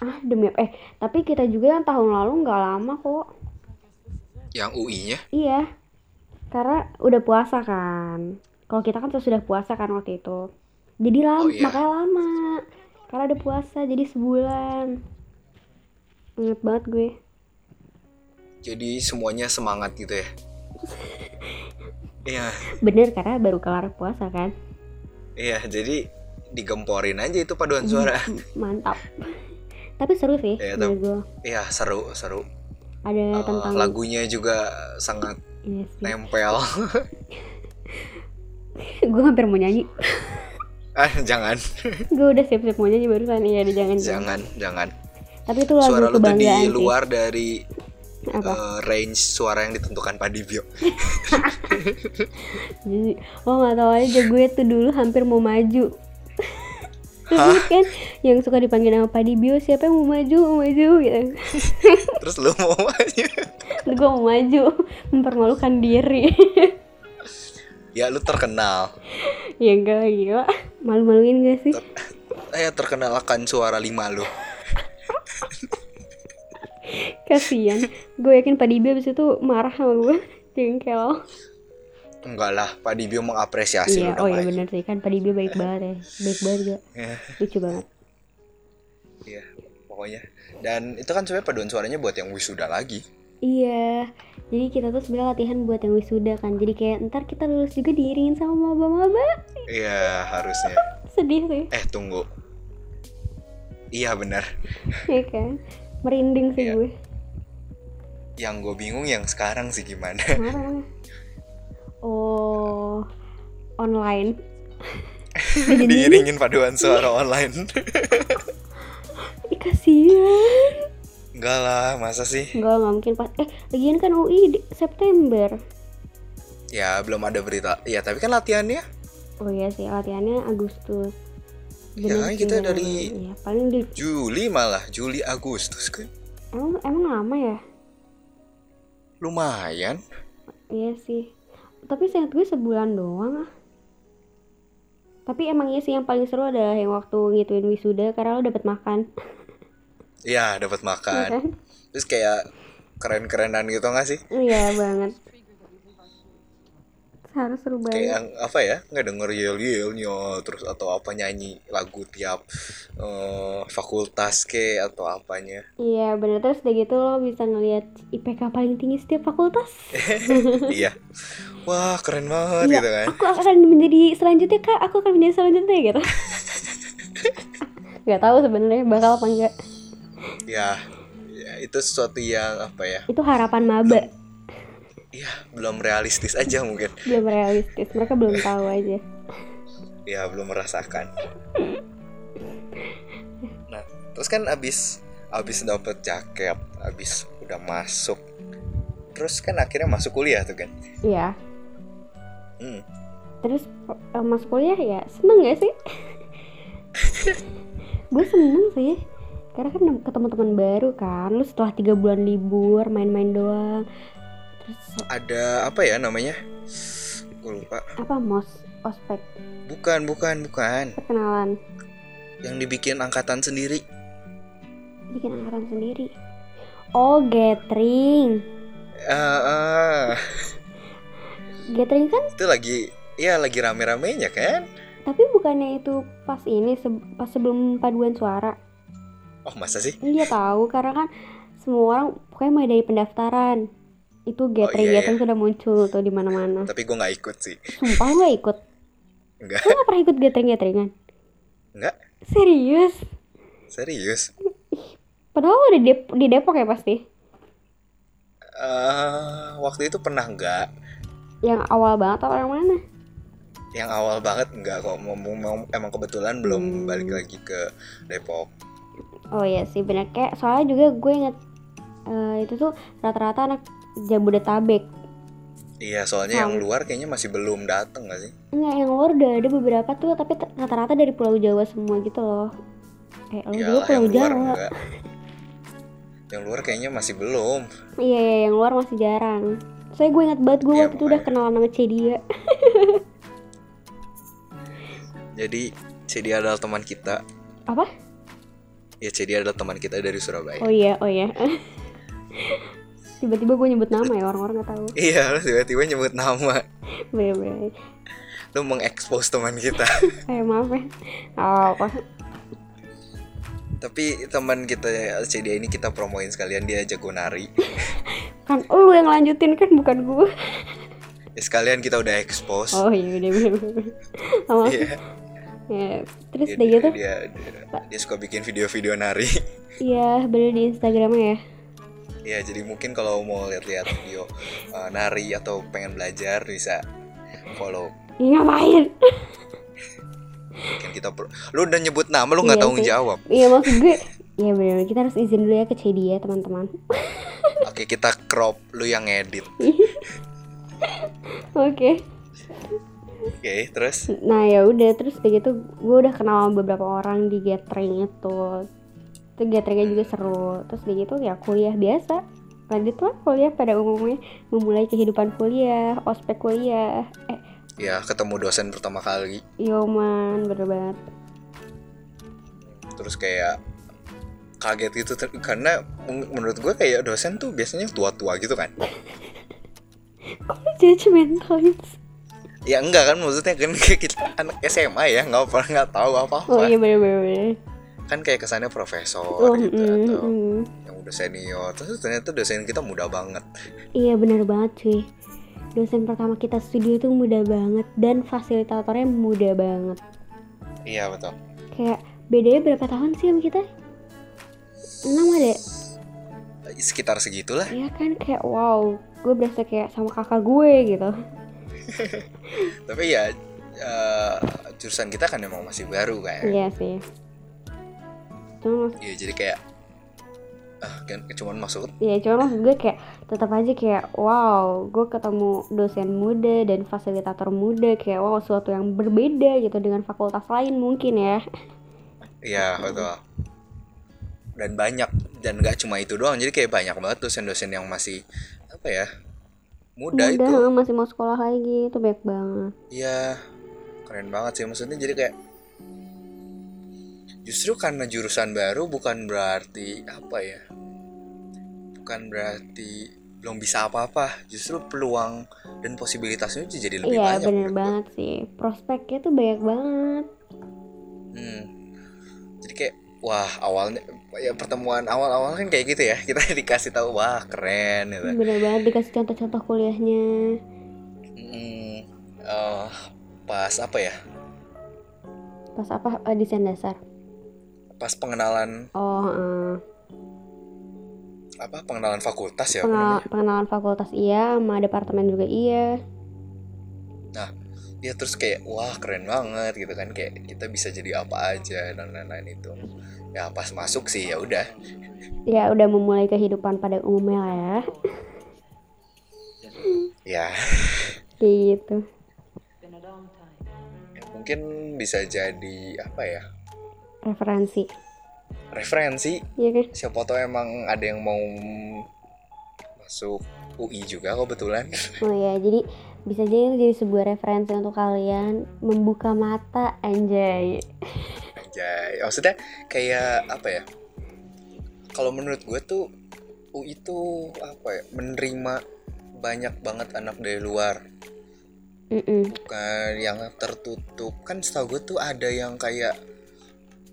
B: Ah demi apa Eh tapi kita juga yang tahun lalu nggak lama kok
A: yang UI-nya
B: Iya Karena udah puasa kan Kalau kita kan sudah puasa kan waktu itu Jadi lama,
A: Oh, iya.
B: makanya lama Karena ada puasa jadi sebulan Ingat banget gue
A: jadi semuanya semangat gitu ya iya
B: Bener karena baru kelar puasa kan
A: iya jadi digemporin aja itu paduan Kan suara
B: Mantap Tapi seru sih
A: Iya,
B: menurut gue
A: iya seru seru
B: Ada
A: Eh,
B: Mm-hmm. Iya, tentang
A: lagunya juga sangat
B: Iya sih.
A: nempel
B: Gue hampir mau nyanyi
A: ah jangan
B: gue udah siap-siap mau nyanyi barusan ya udah jangan
A: jangan jangan
B: tapi itu lagu
A: suara lu tuh di
B: kebanggaan sih
A: luar dari
B: apa
A: eh, range suara yang ditentukan Padibio
B: jadi lo nggak tahu aja gue tuh dulu hampir mau maju Terus
A: Hah?
B: kan yang suka dipanggil nama Padi Bio siapa yang mau maju mau maju gitu
A: terus lu mau aja
B: gue mau maju mempermalukan diri
A: ya lu terkenal
B: ya enggak lah, gila malu-maluin gak sih
A: eh terkenal akan suara lima lu
B: kasihan gue yakin Padi Bio abis itu marah sama gue jengkel
A: enggak lah Padibio mengapresiasi
B: iya
A: lu
B: oh
A: dong
B: iya
A: Mai.
B: bener sih kan Padi Bio baik banget ya baik banget gak
A: Iya,
B: lucu banget
A: iya, pokoknya dan itu kan sebenarnya paduan suaranya buat yang wisuda lagi
B: Iya, jadi kita tuh sebenarnya latihan buat yang wisuda kan. Jadi kayak ntar kita lulus juga diiringin sama maba-maba.
A: iya harusnya
B: Sedih sih,
A: eh tunggu iya bener
B: ya kan? Merinding sih
A: Iya.
B: gue.
A: yang gue bingung yang sekarang sih gimana
B: Marah. Oh, online. Udah jadi ini,
A: diiringin paduan suara online
B: Ih, kasihan.
A: enggak lah masa sih
B: Enggak, enggak mungkin pas. Eh, lagian kan UI di September.
A: Ya belum ada berita. Ya tapi kan latihannya.
B: Oh iya sih, latihannya Agustus.
A: Ya,
B: Bener
A: kan
B: sih,
A: kita
B: bener.
A: dari-
B: Iya, paling di...
A: Juli malah Juli Agustus kan.
B: Emang, emang lama ya?
A: Lumayan.
B: Iya sih. Tapi seingat gue sebulan doang ah. Tapi emang iya sih yang paling seru adalah yang waktu ngituin wisuda karena lo dapet makan.
A: Ya dapat
B: Iya
A: makan.
B: kan?
A: Terus kayak keren-kerenan gitu nggak sih?
B: Iya banget. Harus seru
A: Kayak
B: banget.
A: yang apa ya? Nggak denger yel yelnya terus atau apa nyanyi lagu tiap eh, fakultas ke atau apanya.
B: Iya bener terus udah gitu lo bisa ngeliat IPK paling tinggi setiap fakultas.
A: iya. Wah keren banget
B: Iya,
A: gitu kan.
B: aku akan menjadi selanjutnya kak, aku akan menjadi selanjutnya gitu. Gak tahu sebenarnya bakal apa enggak.
A: Ya, ya itu sesuatu yang apa ya?
B: Itu harapan maba,
A: Ya belum realistis aja mungkin.
B: belum realistis. Mereka belum tahu aja.
A: ya belum merasakan nah terus kan abis abis dapet jaket abis udah masuk terus kan akhirnya masuk kuliah tuh kan
B: Iya.
A: Hmm.
B: Terus eh, masuk kuliah ya seneng gak sih? gue seneng sih karena kan nem- ketemu teman baru kan lu setelah tiga bulan libur main-main doang terus
A: ada apa ya namanya gue lupa
B: apa mos ospek
A: bukan bukan bukan
B: perkenalan
A: yang dibikin angkatan sendiri
B: bikin angkatan sendiri oh gathering
A: Eh, eh,
B: gathering kan
A: itu lagi ya lagi rame-ramenya kan
B: tapi bukannya itu pas ini se- pas sebelum paduan suara
A: Oh masa sih?
B: Kan dia tahu karena kan semua orang pokoknya mulai dari pendaftaran itu gathering
A: iya,
B: gathering sudah muncul tuh di mana-mana.
A: Tapi gue nggak ikut sih.
B: Sumpah lo nggak ikut?
A: Enggak.
B: Lo nggak pernah ikut gathering gatheringan?
A: Enggak.
B: Serius?
A: Serius.
B: Padahal lo di, Dep- di Depok ya pasti.
A: Eh, waktu itu pernah nggak?
B: Yang awal banget apa yang mana?
A: Yang awal banget nggak kok. Mau, mau- mau- emang kebetulan belum
B: Hmm.
A: balik lagi ke Depok.
B: Oh iya sih bener kayak soalnya juga gue inget eh, itu tuh rata-rata anak Jabodetabek.
A: Iya soalnya yang
B: Hmm.
A: luar kayaknya masih belum dateng nggak sih?
B: Enggak yang luar udah ada beberapa tuh tapi t- rata-rata dari Pulau Jawa semua gitu loh. Eh lo
A: Iya
B: dulu
A: lah,
B: Pulau
A: yang luar
B: Jawa.
A: enggak. Yang luar kayaknya masih belum.
B: Iya, iya, yang luar masih jarang. Soalnya gue ingat banget gue
A: Iya,
B: waktu itu udah
A: makanya.
B: kenalan sama Cedia.
A: Jadi Cedi adalah teman kita.
B: Apa?
A: Ya Cedi adalah teman kita dari Surabaya.
B: Oh iya, oh iya. Tiba-tiba gue nyebut nama ya orang-orang nggak tahu.
A: Iya, lu tiba-tiba nyebut nama.
B: Bener-bener.
A: Lu mengekspos teman kita.
B: Eh maaf ya. Oh, apa?
A: Tapi teman kita CDA ini kita promoin sekalian dia jago nari.
B: Kan lu yang lanjutin kan bukan gue.
A: Ya, sekalian kita udah expose.
B: Oh iya, udah bener-bener. Oh, maaf.
A: Iya.
B: Ya, Terus
A: Dia,
B: udah
A: dia,
B: gitu,
A: dia, dia suka bikin video-video nari.
B: iya bener di Instagramnya ya.
A: Iya, jadi mungkin kalau mau lihat-lihat video uh, nari atau pengen belajar bisa follow.
B: Ih, Ngapain?
A: Mungkin kita pro- lu udah nyebut nama lu nggak
B: Iya
A: tanggung
B: sih.
A: jawab.
B: Iya maksud gue. Iya bener, kita harus izin dulu ya ke Cedia teman-teman.
A: Oke, kita crop lu yang edit.
B: Oke.
A: Oke, terus
B: Nah ya udah terus kayak gitu gue udah kenal sama beberapa orang di gathering itu itu gatheringnya juga seru terus kayak gitu ya kuliah biasa lanjut lah kuliah pada umumnya memulai kehidupan kuliah ospek kuliah eh
A: ya ketemu dosen pertama kali.
B: yoman bener banget
A: terus kayak kaget gitu ter- karena men- menurut gue kayak dosen tuh biasanya tua-tua gitu kan
B: kok lu judgmental gitu
A: ya enggak kan maksudnya kan kita anak SMA ya nggak pernah nggak tahu apa apa
B: oh iya bener bener, bener.
A: kan kayak kesannya profesor
B: oh
A: gitu
B: mm,
A: atau
B: mm.
A: yang udah senior terus ternyata dosen kita muda banget
B: iya bener banget cuy dosen pertama kita studio itu muda banget dan fasilitatornya muda banget
A: iya betul
B: kayak bedanya berapa tahun sih sama kita enam ada
A: sekitar segitulah
B: ya kan kayak wow gue berasa kayak sama kakak gue gitu
A: tapi ya eh, jurusan kita kan emang masih baru kan
B: iya sih cuman maksud,
A: Iya, jadi kayak ah kan cuman masuk
B: ya cuman maksud gue kayak tetap aja kayak wow gue ketemu dosen muda dan fasilitator muda kayak wow suatu yang berbeda gitu dengan fakultas lain mungkin ya
A: Iya betul. Dan banyak dan nggak cuma itu doang. Jadi kayak banyak banget dosen-dosen yang masih apa ya muda, itu.
B: muda masih mau sekolah lagi itu baik banget
A: Iya keren banget sih maksudnya. Jadi kayak justru karena jurusan baru bukan berarti apa ya bukan berarti belum bisa apa-apa. Justru peluang dan posibilitasnya itu jadi lebih
B: iya
A: banyak.
B: bener
A: menurut gua.
B: banget sih prospeknya tuh banyak banget
A: Hmm. Jadi kayak wah awalnya ya pertemuan awal-awal kan kayak gitu ya kita dikasih tahu wah keren gitu.
B: bener banget dikasih contoh-contoh kuliahnya
A: Mm, eh, pas apa ya
B: pas apa eh, desain dasar
A: pas pengenalan
B: oh eh.
A: apa pengenalan fakultas ya apa
B: Pengal-
A: namanya?
B: pengenalan fakultas iya, sama departemen juga iya.
A: ya terus kayak wah keren banget gitu kan kayak kita bisa jadi apa aja dan lain-lain itu ya pas masuk sih ya udah
B: Ya udah memulai kehidupan pada umumnya lah ya.
A: ya
B: Kayak gitu.
A: mungkin bisa jadi apa ya
B: Referensi.
A: referensi
B: Iya kan?
A: siapa tahu emang ada yang mau masuk UI juga kebetulan
B: Oh ya, jadi bisa jadi itu jadi sebuah referensi untuk kalian membuka mata anjay.
A: Anjay, maksudnya kayak apa ya? Kalau menurut gue tuh UI itu apa ya? Menerima banyak banget anak dari luar.
B: Mm-mm.
A: bukan yang tertutup kan setahu gue tuh ada yang kayak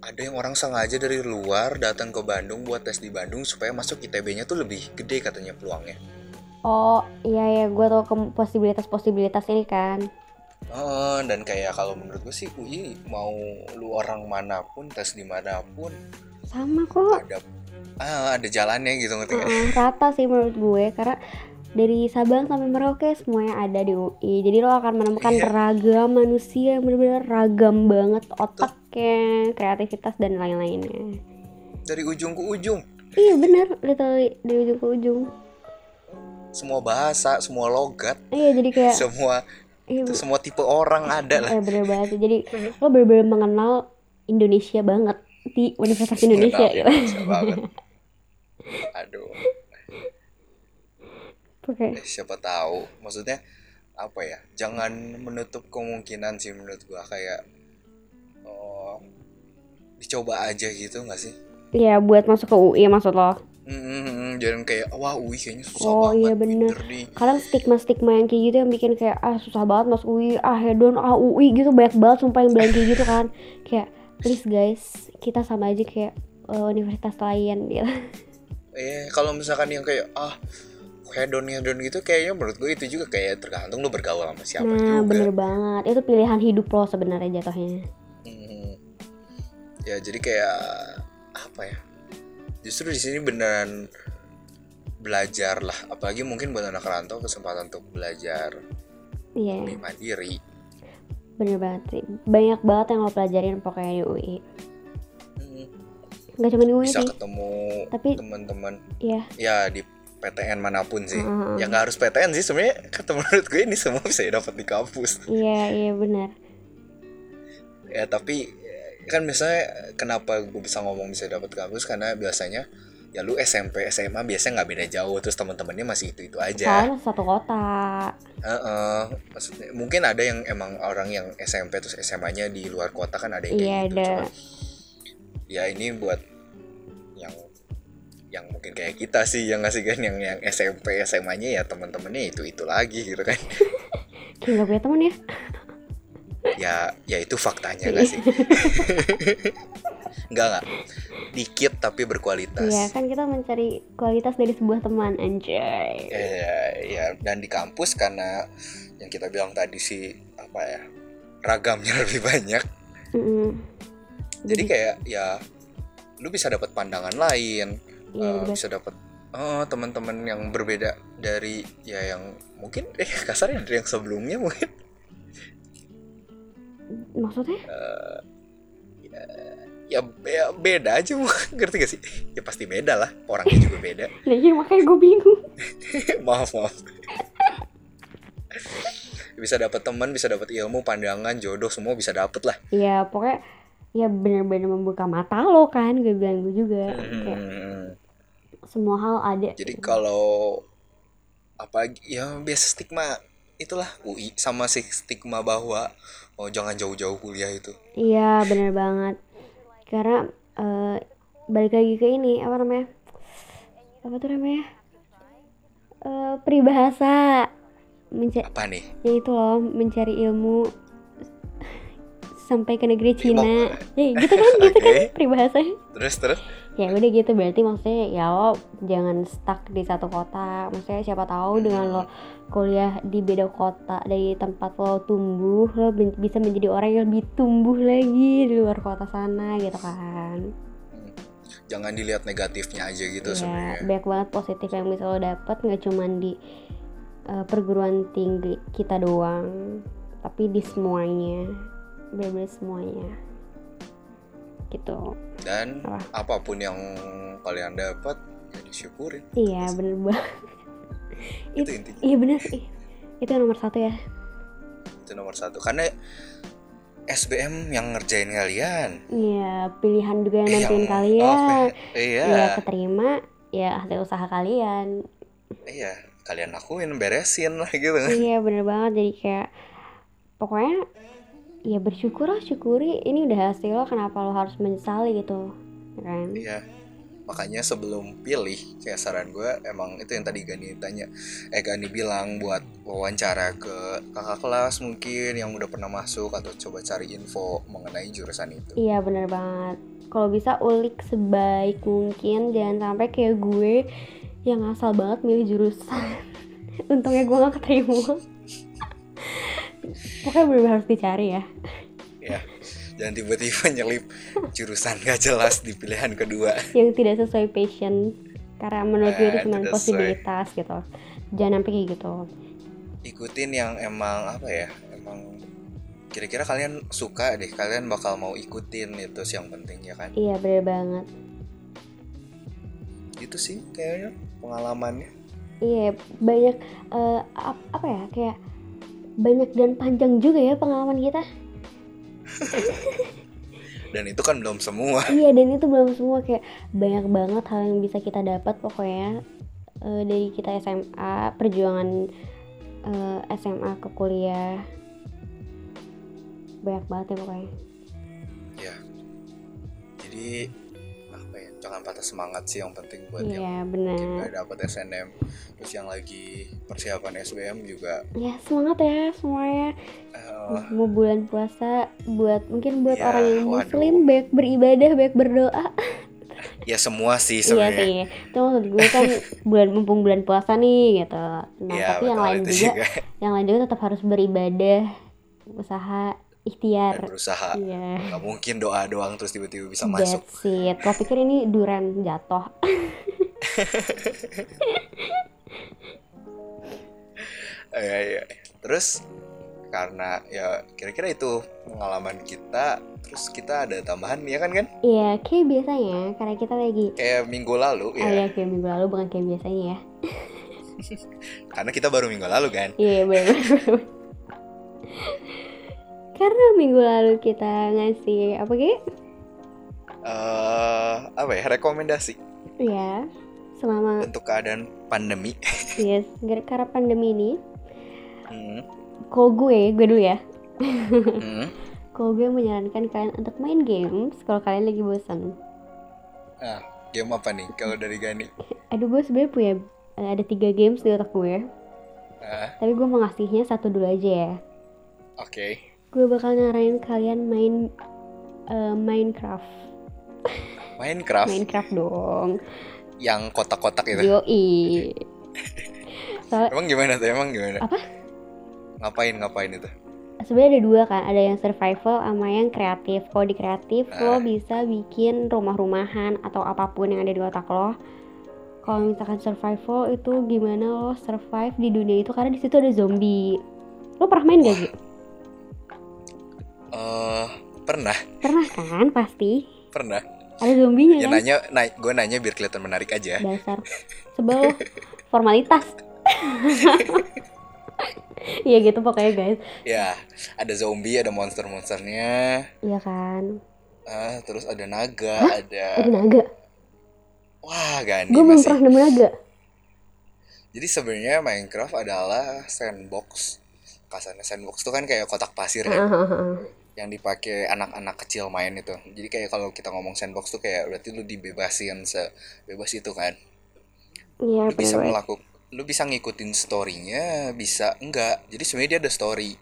A: ada yang orang sengaja dari luar datang ke Bandung buat tes di Bandung supaya masuk ITB-nya tuh lebih gede katanya peluangnya.
B: Oh iya ya gue tau ke- posibilitas-posibilitas ini kan
A: Heeh, Oh, dan kayak kalau menurut gue sih UI mau lu orang manapun tes dimanapun
B: Sama kok
A: ada ah, ada jalannya gitu ngerti nggak?
B: Heeh, Rata sih menurut gue karena dari Sabang sampai Merauke semuanya ada di UI Jadi lo akan menemukan
A: Iya.
B: ragam manusia yang bener-bener ragam banget Otaknya, kreativitas dan lain-lainnya
A: dari ujung ke ujung
B: Iya bener, literally dari ujung ke ujung
A: semua bahasa semua logat
B: Iya jadi kayak
A: semua
B: iya,
A: itu semua tipe orang ada lah
B: Eh, bener banget sih. Jadi lo bener-bener mengenal Indonesia banget di Universitas Indonesia
A: Kenapa
B: gitu.
A: Indonesia banget aduh
B: Oke.
A: eh, siapa tahu maksudnya apa ya jangan menutup kemungkinan sih menurut gua kayak oh, dicoba aja gitu nggak sih
B: Iya buat masuk ke UI maksud lo.
A: Mm, mm, mm, jangan kayak wah UI kayaknya susah
B: Oh,
A: banget
B: iya, bener.
A: pinter nih."
B: Kadang stigma-stigma yang kayak gitu yang bikin kayak ah susah banget masuk UI, ah hedon, ah UI gitu banyak banget sumpah yang bilang kayak gitu kan. Kayak please guys, kita sama aja kayak eh, universitas lain gitu.
A: Eh, kalau misalkan yang kayak ah hedon hedon gitu kayaknya menurut gue itu juga kayak tergantung lu bergaul sama siapa
B: Nah,
A: juga.
B: bener banget. Itu pilihan hidup lo sebenarnya jatuhnya.
A: Hmm. Ya jadi kayak apa ya? Justru di sini beneran belajar lah, apalagi mungkin buat anak rantau kesempatan untuk belajar
B: Iya,
A: lebih mandiri.
B: bener banget sih. Banyak banget yang lo pelajarin pokoknya di UI.
A: Hmm.
B: Gak cuma di UI
A: Bisa
B: sih,
A: ketemu
B: tapi
A: teman-teman
B: ya
A: ya di PTN manapun sih.
B: Hmm.
A: Ya nggak harus PTN sih sebenarnya. Kata menurut gue ini semua bisa ya dapat di kampus.
B: Iya, iya benar.
A: ya tapi eh, kan misalnya kenapa gue bisa ngomong bisa dapat kampus karena biasanya ya lu SMP SMA biasanya nggak beda jauh terus teman-temannya masih itu itu aja
B: Soalnya satu kota.
A: Heeh. maksudnya mungkin ada yang emang orang yang SMP terus SMA-nya di luar kota kan ada yang kayak
B: Iya,
A: gitu
B: ada.
A: Cuman, ya ini buat yang yang mungkin kayak kita sih yang ngasih kan yang yang SMP SMA-nya ya teman-temannya itu itu lagi gitu kan
B: Kayak gak punya temen ya.
A: ya ya itu faktanya gak
B: Iya,
A: sih nggak nggak dikit tapi berkualitas
B: Iya, kan kita mencari kualitas dari sebuah teman, anjay.
A: ya, ya, ya. dan di kampus karena yang kita bilang tadi sih apa ya ragamnya lebih banyak
B: Mm-mm. Iya,
A: jadi kayak ya lu bisa dapat pandangan lain
B: Iya,
A: eh,
B: bener.
A: bisa dapat eh, teman-teman yang berbeda dari ya yang mungkin eh kasarnya dari yang sebelumnya mungkin
B: Maksudnya?
A: ya, ya beda aja mungkin ngerti gak sih ya pasti beda lah orangnya juga beda
B: Nah, iya, makanya gue bingung.
A: maaf maaf bisa dapat teman bisa dapat ilmu pandangan jodoh semua bisa dapat lah
B: Iya, pokoknya ya bener-bener membuka mata lo kan, gue bilang gue juga. Kayak
A: Hmm,
B: semua hal ada.
A: jadi kalau apa ya biasa stigma itulah UI sama si stigma bahwa oh jangan jauh-jauh kuliah itu
B: Iya, bener banget. Karena eh, balik lagi ke ini, apa namanya? Apa tuh namanya? Eh, peribahasa. Menca-
A: apa nih
B: ya itu loh mencari ilmu sampai ke negeri Cina ya gitu kan gitu kan
A: Oke.
B: peribahasanya
A: terus terus
B: ya udah gitu berarti maksudnya ya lo jangan stuck di satu kota maksudnya siapa tahu dengan lo kuliah di beda kota dari tempat lo tumbuh lo ben- bisa menjadi orang yang lebih tumbuh lagi di luar kota sana gitu kan
A: jangan dilihat negatifnya aja gitu
B: ya
A: sebenarnya
B: banyak banget positif yang bisa lo dapet nggak cuman di eh, perguruan tinggi kita doang tapi di semuanya bener semuanya gitu
A: dan
B: Apa?
A: apapun yang kalian dapat ya disyukurin
B: iya bener banget
A: itu intinya
B: iya bener Ih, itu yang nomor satu ya
A: itu nomor satu karena SBM yang ngerjain kalian Eh,
B: iya pilihan juga yang nentuin
A: Yang-
B: kalian
A: oh, iya
B: iya keterima ya hasil usaha kalian
A: iya kalian lakuin beresin lah gitu kan
B: iya bener banget jadi kayak pokoknya ya bersyukur lah syukuri ini udah hasil lo kenapa lo harus menyesali gitu ya kan
A: iya makanya sebelum pilih kayak saran gue emang itu yang tadi Gani tanya eh Gani bilang buat wawancara ke kakak kelas mungkin yang udah pernah masuk atau coba cari info mengenai jurusan itu
B: Iya bener banget. Kalau bisa ulik sebaik mungkin, jangan sampai kayak gue yang asal banget milih jurusan. Untungnya gue gak keterima. Pokoknya bener harus dicari ya.
A: jangan tiba-tiba nyelip jurusan gak jelas di pilihan kedua
B: Yang tidak sesuai passion. Karena menurut gue itu
A: Ah,
B: cuma
A: tidak sesuai.
B: posibilitas gitu. Jangan sampai kayak gitu.
A: ikutin yang emang apa ya emang kira-kira kalian suka deh kalian bakal mau ikutin itu sih yang penting ya kan
B: Iya bener banget.
A: itu Gitu sih kayaknya pengalamannya
B: Iya banyak eh, ap- apa ya kayak banyak dan panjang juga ya pengalaman kita.
A: dan itu kan belum semua
B: Iya dan itu belum semua kayak banyak banget hal yang bisa kita dapat pokoknya eh, dari kita SMA perjuangan eh, SMA ke kuliah banyak banget ya pokoknya.
A: jadi apa ya jangan patah semangat sih yang penting buat yang
B: Iya
A: mungkin
B: benar.
A: gak dapet SNM terus yang lagi persiapan SBM juga
B: Ya semangat ya semuanya.
A: eh,
B: Mau bulan puasa buat mungkin buat
A: Iya,
B: orang yang
A: waduh.
B: muslim baik beribadah baik berdoa.
A: ya semua sih
B: Iya
A: sebenarnya
B: sih. Itu maksud gue kan bulan mumpung bulan puasa nih gitu. Nah
A: Iya,
B: tapi yang
A: betul,
B: lain
A: itu
B: juga yang lain juga tetap harus beribadah usaha
A: Dan
B: ikhtiar
A: berusaha
B: iya
A: nggak mungkin doa doang terus tiba-tiba Eh, bisa masuk
B: that's it lo pikir ini duren jatuh
A: Iya, iya. Terus karena ya kira-kira itu pengalaman kita, terus kita ada tambahan ya kan kan?
B: iya kayak biasanya karena kita lagi
A: Kayak minggu lalu
B: oh
A: ya.
B: iya kayak minggu lalu bukan kayak biasanya ya
A: Karena kita baru minggu lalu kan.
B: iya bener bener. karena minggu lalu kita ngasih apa kayak
A: Eh, apa ya? Rekomendasi
B: ya selama
A: untuk keadaan pandemi.
B: yes gara- karena pandemi ini
A: Hmm,
B: kalau gue gue dulu ya
A: hmm.
B: kalau gue menyarankan kalian untuk main games kalau kalian lagi bosan
A: Game apa nih kalau dari Gani?
B: Aduh gue sebenarnya punya eh, ada tiga games di otak gue
A: Ah,
B: Tapi gue mau ngasihnya satu dulu aja ya
A: oke.
B: Gue bakal nyaranin kalian main eh, Minecraft
A: Minecraft
B: Minecraft dong
A: yang kotak-kotak itu.
B: Yoi Soalnya
A: Emang gimana tuh? Emang gimana?
B: Apa?
A: Ngapain ngapain itu?
B: sebenarnya ada dua kan Ada yang survival sama yang kreatif Kalau di kreatif
A: Ah.
B: lo bisa bikin rumah-rumahan Atau apapun yang ada di otak lo kalau misalkan survival itu gimana lo survive di dunia itu karena di situ ada zombie. Lo pernah main gak
A: Wah.
B: Gi?
A: Eh, pernah,
B: Pernah kan pasti.
A: pernah.
B: Ada zombinya
A: Ya
B: kan?
A: nanya, naik gue nanya biar kelihatan menarik aja.
B: dasar sebel formalitas Iya gitu pokoknya guys
A: Ya, ada zombie, ada monster-monsternya,
B: Iya kan
A: ah, terus ada naga, ada
B: Ada naga
A: wah Gani
B: Gue belum
A: masih.
B: pernah nemu naga
A: Jadi sebenarnya Minecraft adalah sandbox. Kasarnya sandbox itu kan kayak kotak pasir ya,
B: Hahaha.
A: yang dipakai anak-anak kecil main itu. Jadi kayak kalau kita ngomong sandbox tuh kayak berarti lu dibebasin sebebas itu kan. Lu
B: Iya
A: bisa
B: bener
A: melakukan lu bisa ngikutin story-nya, bisa enggak. Jadi sebenarnya dia ada story.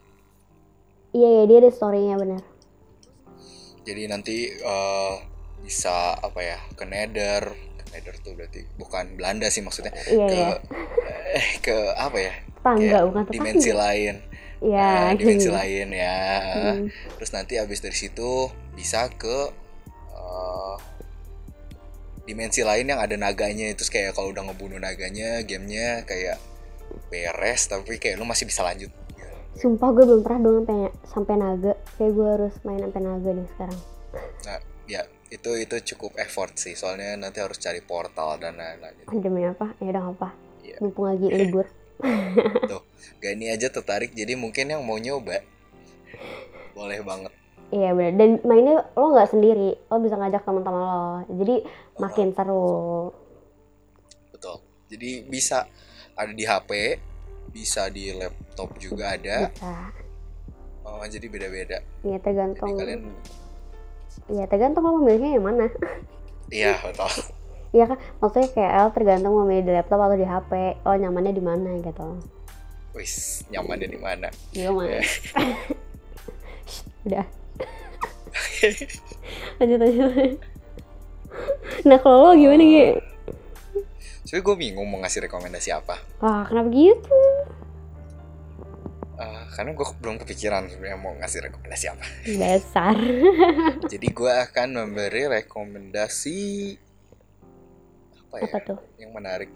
B: Iya iya dia ada storynya bener
A: jadi nanti eh, bisa apa ya ke Nether ke Nether tuh berarti bukan Belanda sih maksudnya
B: Iya
A: ke
B: iya
A: eh, ke apa ya
B: Tangga
A: kayak
B: bukan tetangga
A: dimensi lain
B: Iya
A: Nah, dimensi
B: gitu.
A: lain ya
B: Hmm.
A: terus nanti abis dari situ bisa ke eh, dimensi lain yang ada naganya itu kayak kalau udah ngebunuh naganya gamenya kayak beres tapi kayak lu masih bisa lanjut
B: Sumpah gue belum pernah dong sampai, sampai naga Kayak gue harus main sampai naga nih sekarang
A: itu itu cukup effort sih soalnya nanti harus cari portal dan lain-lain
B: Demi apa? Ya udah nggak apa
A: Iya.
B: Mumpung lagi libur
A: Gak ini aja tertarik jadi mungkin yang mau nyoba boleh banget.
B: Iya bener Dan mainnya lo nggak sendiri Lo bisa ngajak teman-teman lo Jadi makin seru
A: Betul. Jadi bisa ada di HP, bisa di laptop juga ada.
B: bisa
A: Oh, jadi beda-beda.
B: ya
A: Jadi
B: tergantung Iya,
A: kalian
B: ya tergantung lo memilihnya yang mana
A: iya betul.
B: Iya kan, maksudnya kayak lo tergantung mau milih di laptop atau di HP, lo nyamannya di mana gitu.
A: Wis, nyaman di mana?
B: Gitu mah.
A: Ya.
B: Shh, Udah. lanjut lanjut. Nah kalau lo gimana Gi?
A: Tapi gue bingung mau ngasih rekomendasi apa.
B: Wah kenapa gitu?
A: Eh, karena gue belum kepikiran sebenarnya mau ngasih rekomendasi apa.
B: Dasar.
A: Jadi gue akan memberi rekomendasi apa ya?
B: Apa tuh?
A: Yang menarik.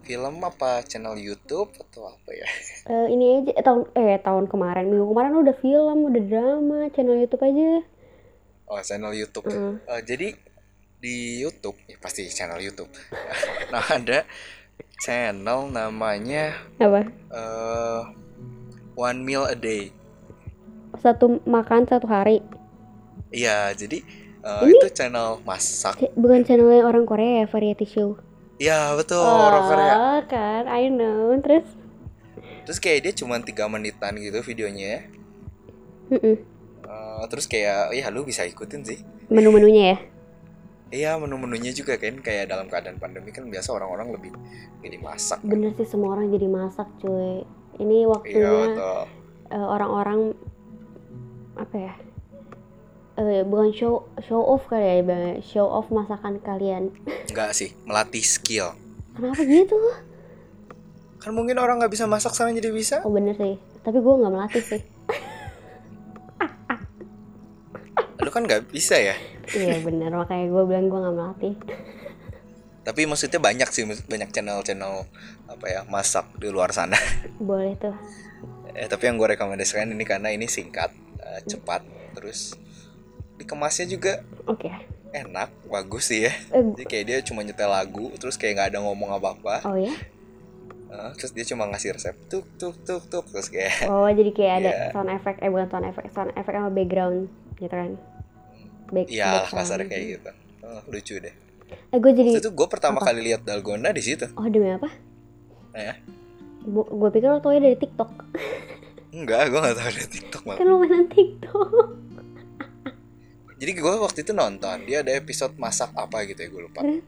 A: Film apa channel YouTube atau apa ya?
B: Eh, ini aja eh, tahun eh tahun kemarin minggu kemarin udah film udah drama channel YouTube aja.
A: Oh, channel YouTube. ya.
B: Heeh.
A: Eh, jadi di YouTube, ya pasti channel YouTube. nah, ada channel namanya
B: Apa?
A: eh One Meal a Day.
B: Satu makan satu hari.
A: Iya, jadi eh,
B: Ini-
A: itu channel masak.
B: C- bukan channelnya orang Korea ya, variety show.
A: Ya, betul, orang Korea.
B: Oh, kan, I know. Terus,
A: Terus kayak dia cuma tiga menitan gitu videonya ya.
B: mm-mm,
A: Eh, terus kayak ya lu bisa ikutin sih.
B: menu-menunya ya.
A: Iya, menu-menunya juga kan kayak dalam keadaan pandemi kan biasa orang-orang lebih jadi masak.
B: Bener sih semua orang jadi masak, cuy. Ini
A: Iya,
B: waktunya
A: atau
B: eh, orang-orang apa ya? Eh, bukan show show off kali ya, Bang. show off masakan kalian.
A: enggak sih, melatih skill.
B: Kenapa gitu?
A: Kan mungkin orang nggak bisa masak sekarang jadi bisa.
B: Oh bener sih. Tapi gue nggak melatih sih.
A: Lu kan nggak bisa ya.
B: Iya bener makanya gue bilang gue nggak melatih.
A: Tapi maksudnya banyak sih maksud- banyak channel-channel apa ya masak di luar sana.
B: Boleh tuh.
A: Eh, tapi yang gue rekomendasikan ini karena ini singkat, eh, cepat, terus dikemasnya juga
B: Oke.
A: enak, bagus sih ya.
B: Eh,
A: Jadi kayak dia cuma nyetel lagu, terus kayak nggak ada ngomong apa-apa.
B: oh ya?
A: Eh, terus dia cuma ngasih resep, tuk tuk tuk tuk, terus kayak
B: Oh jadi kayak ada
A: Iya.
B: sound effect, eh bukan sound effect, sound effect sama background gitu kan? Back,
A: ya
B: background.
A: kasar kayak gitu. Eh, lucu deh.
B: Eh gue jadi,
A: Waktu itu gue pertama
B: apa?
A: kali lihat dalgona di situ.
B: oh demi apa?
A: Eh,
B: Gue pikir lo tau dari TikTok.
A: enggak, gue nggak tahu dari TikTok malah.
B: Kan lo mainan TikTok.
A: Jadi gue waktu itu nonton, dia ada episode masak apa gitu ya gue lupa.
B: Terus?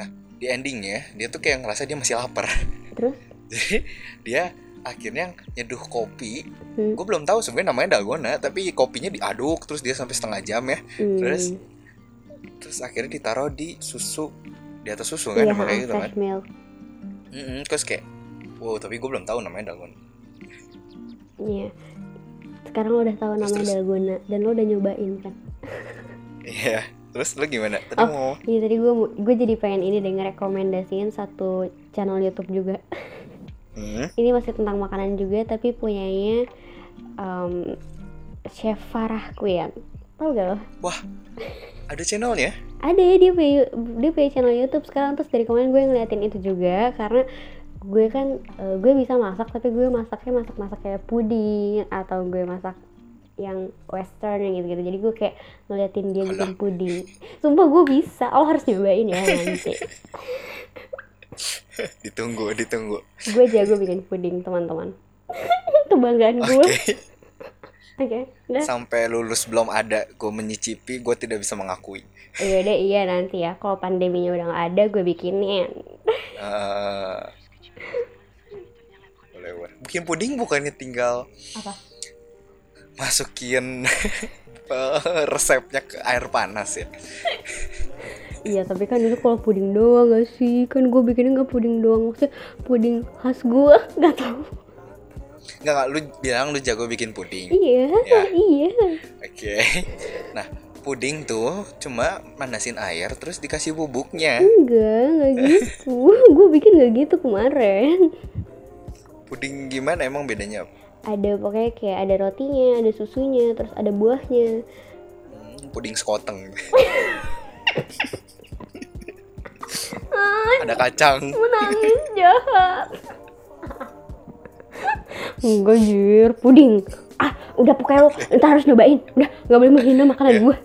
A: Nah, di endingnya dia tuh kayak ngerasa dia masih lapar.
B: Terus?
A: Jadi dia akhirnya nyeduh kopi.
B: Hmm.
A: Gue belum tahu sebenarnya namanya dalgona, tapi kopinya diaduk terus dia sampai setengah jam ya.
B: Hmm.
A: Terus? Terus akhirnya ditaruh di susu di atas susu kan
B: Iya,
A: namanya kayak gitu kan.
B: fresh milk.
A: Mm-mm, terus kayak wow tapi gue belum tahu namanya dalgona.
B: Iya. Sekarang lo udah tahu
A: Terus,
B: namanya
A: terus.
B: dalgona dan lo udah nyobain kan?
A: Iya. Terus lu gimana? Tadi
B: Oh.
A: mau
B: Iya tadi gue gue jadi pengen ini deh ngerekomendasiin satu channel YouTube juga.
A: Hmm,
B: Ini masih tentang makanan juga tapi punyanya em, Chef Farah Kuyan. Tau gak lo?
A: ada channelnya?
B: ada ya dia punya, dia punya channel YouTube sekarang terus dari kemarin gue ngeliatin itu juga karena gue kan eh, gue bisa masak tapi gue masaknya masak masak kayak puding atau gue masak yang western yang gitu-gitu jadi gue kayak ngeliatin dia bikin puding sumpah gue bisa lo harus nyobain ya nanti
A: Ditunggu, ditunggu.
B: gue jago bikin puding teman-teman kebanggaan gue oke udah
A: Sampai lulus belum ada, gue menyicipi, gue tidak bisa mengakui.
B: iya deh iya nanti ya kalau pandeminya udah nggak ada gue bikinin
A: Eh, boleh boleh. Bikin puding bukannya tinggal
B: Apa?
A: masukin eh, resepnya ke air panas ya?
B: Iya tapi kan itu kalau puding doang gak sih Kan gue bikinnya gak puding doang Maksudnya puding khas gue Gak tau
A: Enggak, enggak lu bilang lu jago bikin puding.
B: Iya
A: Ya.
B: Iya
A: Oke. Nah, puding tuh cuma manasin air terus dikasih bubuknya.
B: Enggak Gak gitu Gue bikin gak gitu kemarin
A: Puding gimana emang bedanya?
B: Ada pokoknya kayak ada rotinya Ada susunya Terus ada buahnya
A: Hmm, Puding sekoteng.
B: Ah
A: ada kacang.
B: menangis Ah, jahat Enggak jir Puding Ah udah pokoknya lo Ntar harus nyobain Udah gak boleh menghina makanan gue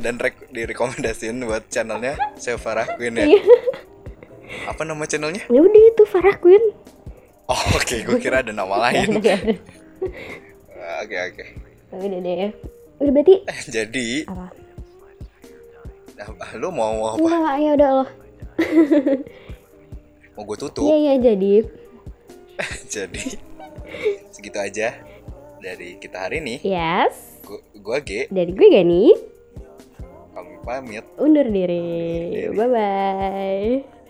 A: Dan rek- direkomendasiin buat channelnya Chef Farah Queen ya.
B: Iya
A: Apa nama channelnya?
B: Ya udah itu Farah Queen Ya
A: Oh, oke, gue kira ada nama lain. Oke, oke.
B: Udah deh Udah berarti
A: Jadi,
B: apa
A: Nah, lu mau apa?
B: Enggak, ya udah loh.
A: Mau gue tutup?
B: Iya, iya jadi.
A: Jadi segitu aja dari kita hari ini.
B: Yes.
A: Gu- Gua G
B: Dari gue Gani,
A: kami pamit.
B: undur diri.
A: Undur diri.
B: Bye-bye.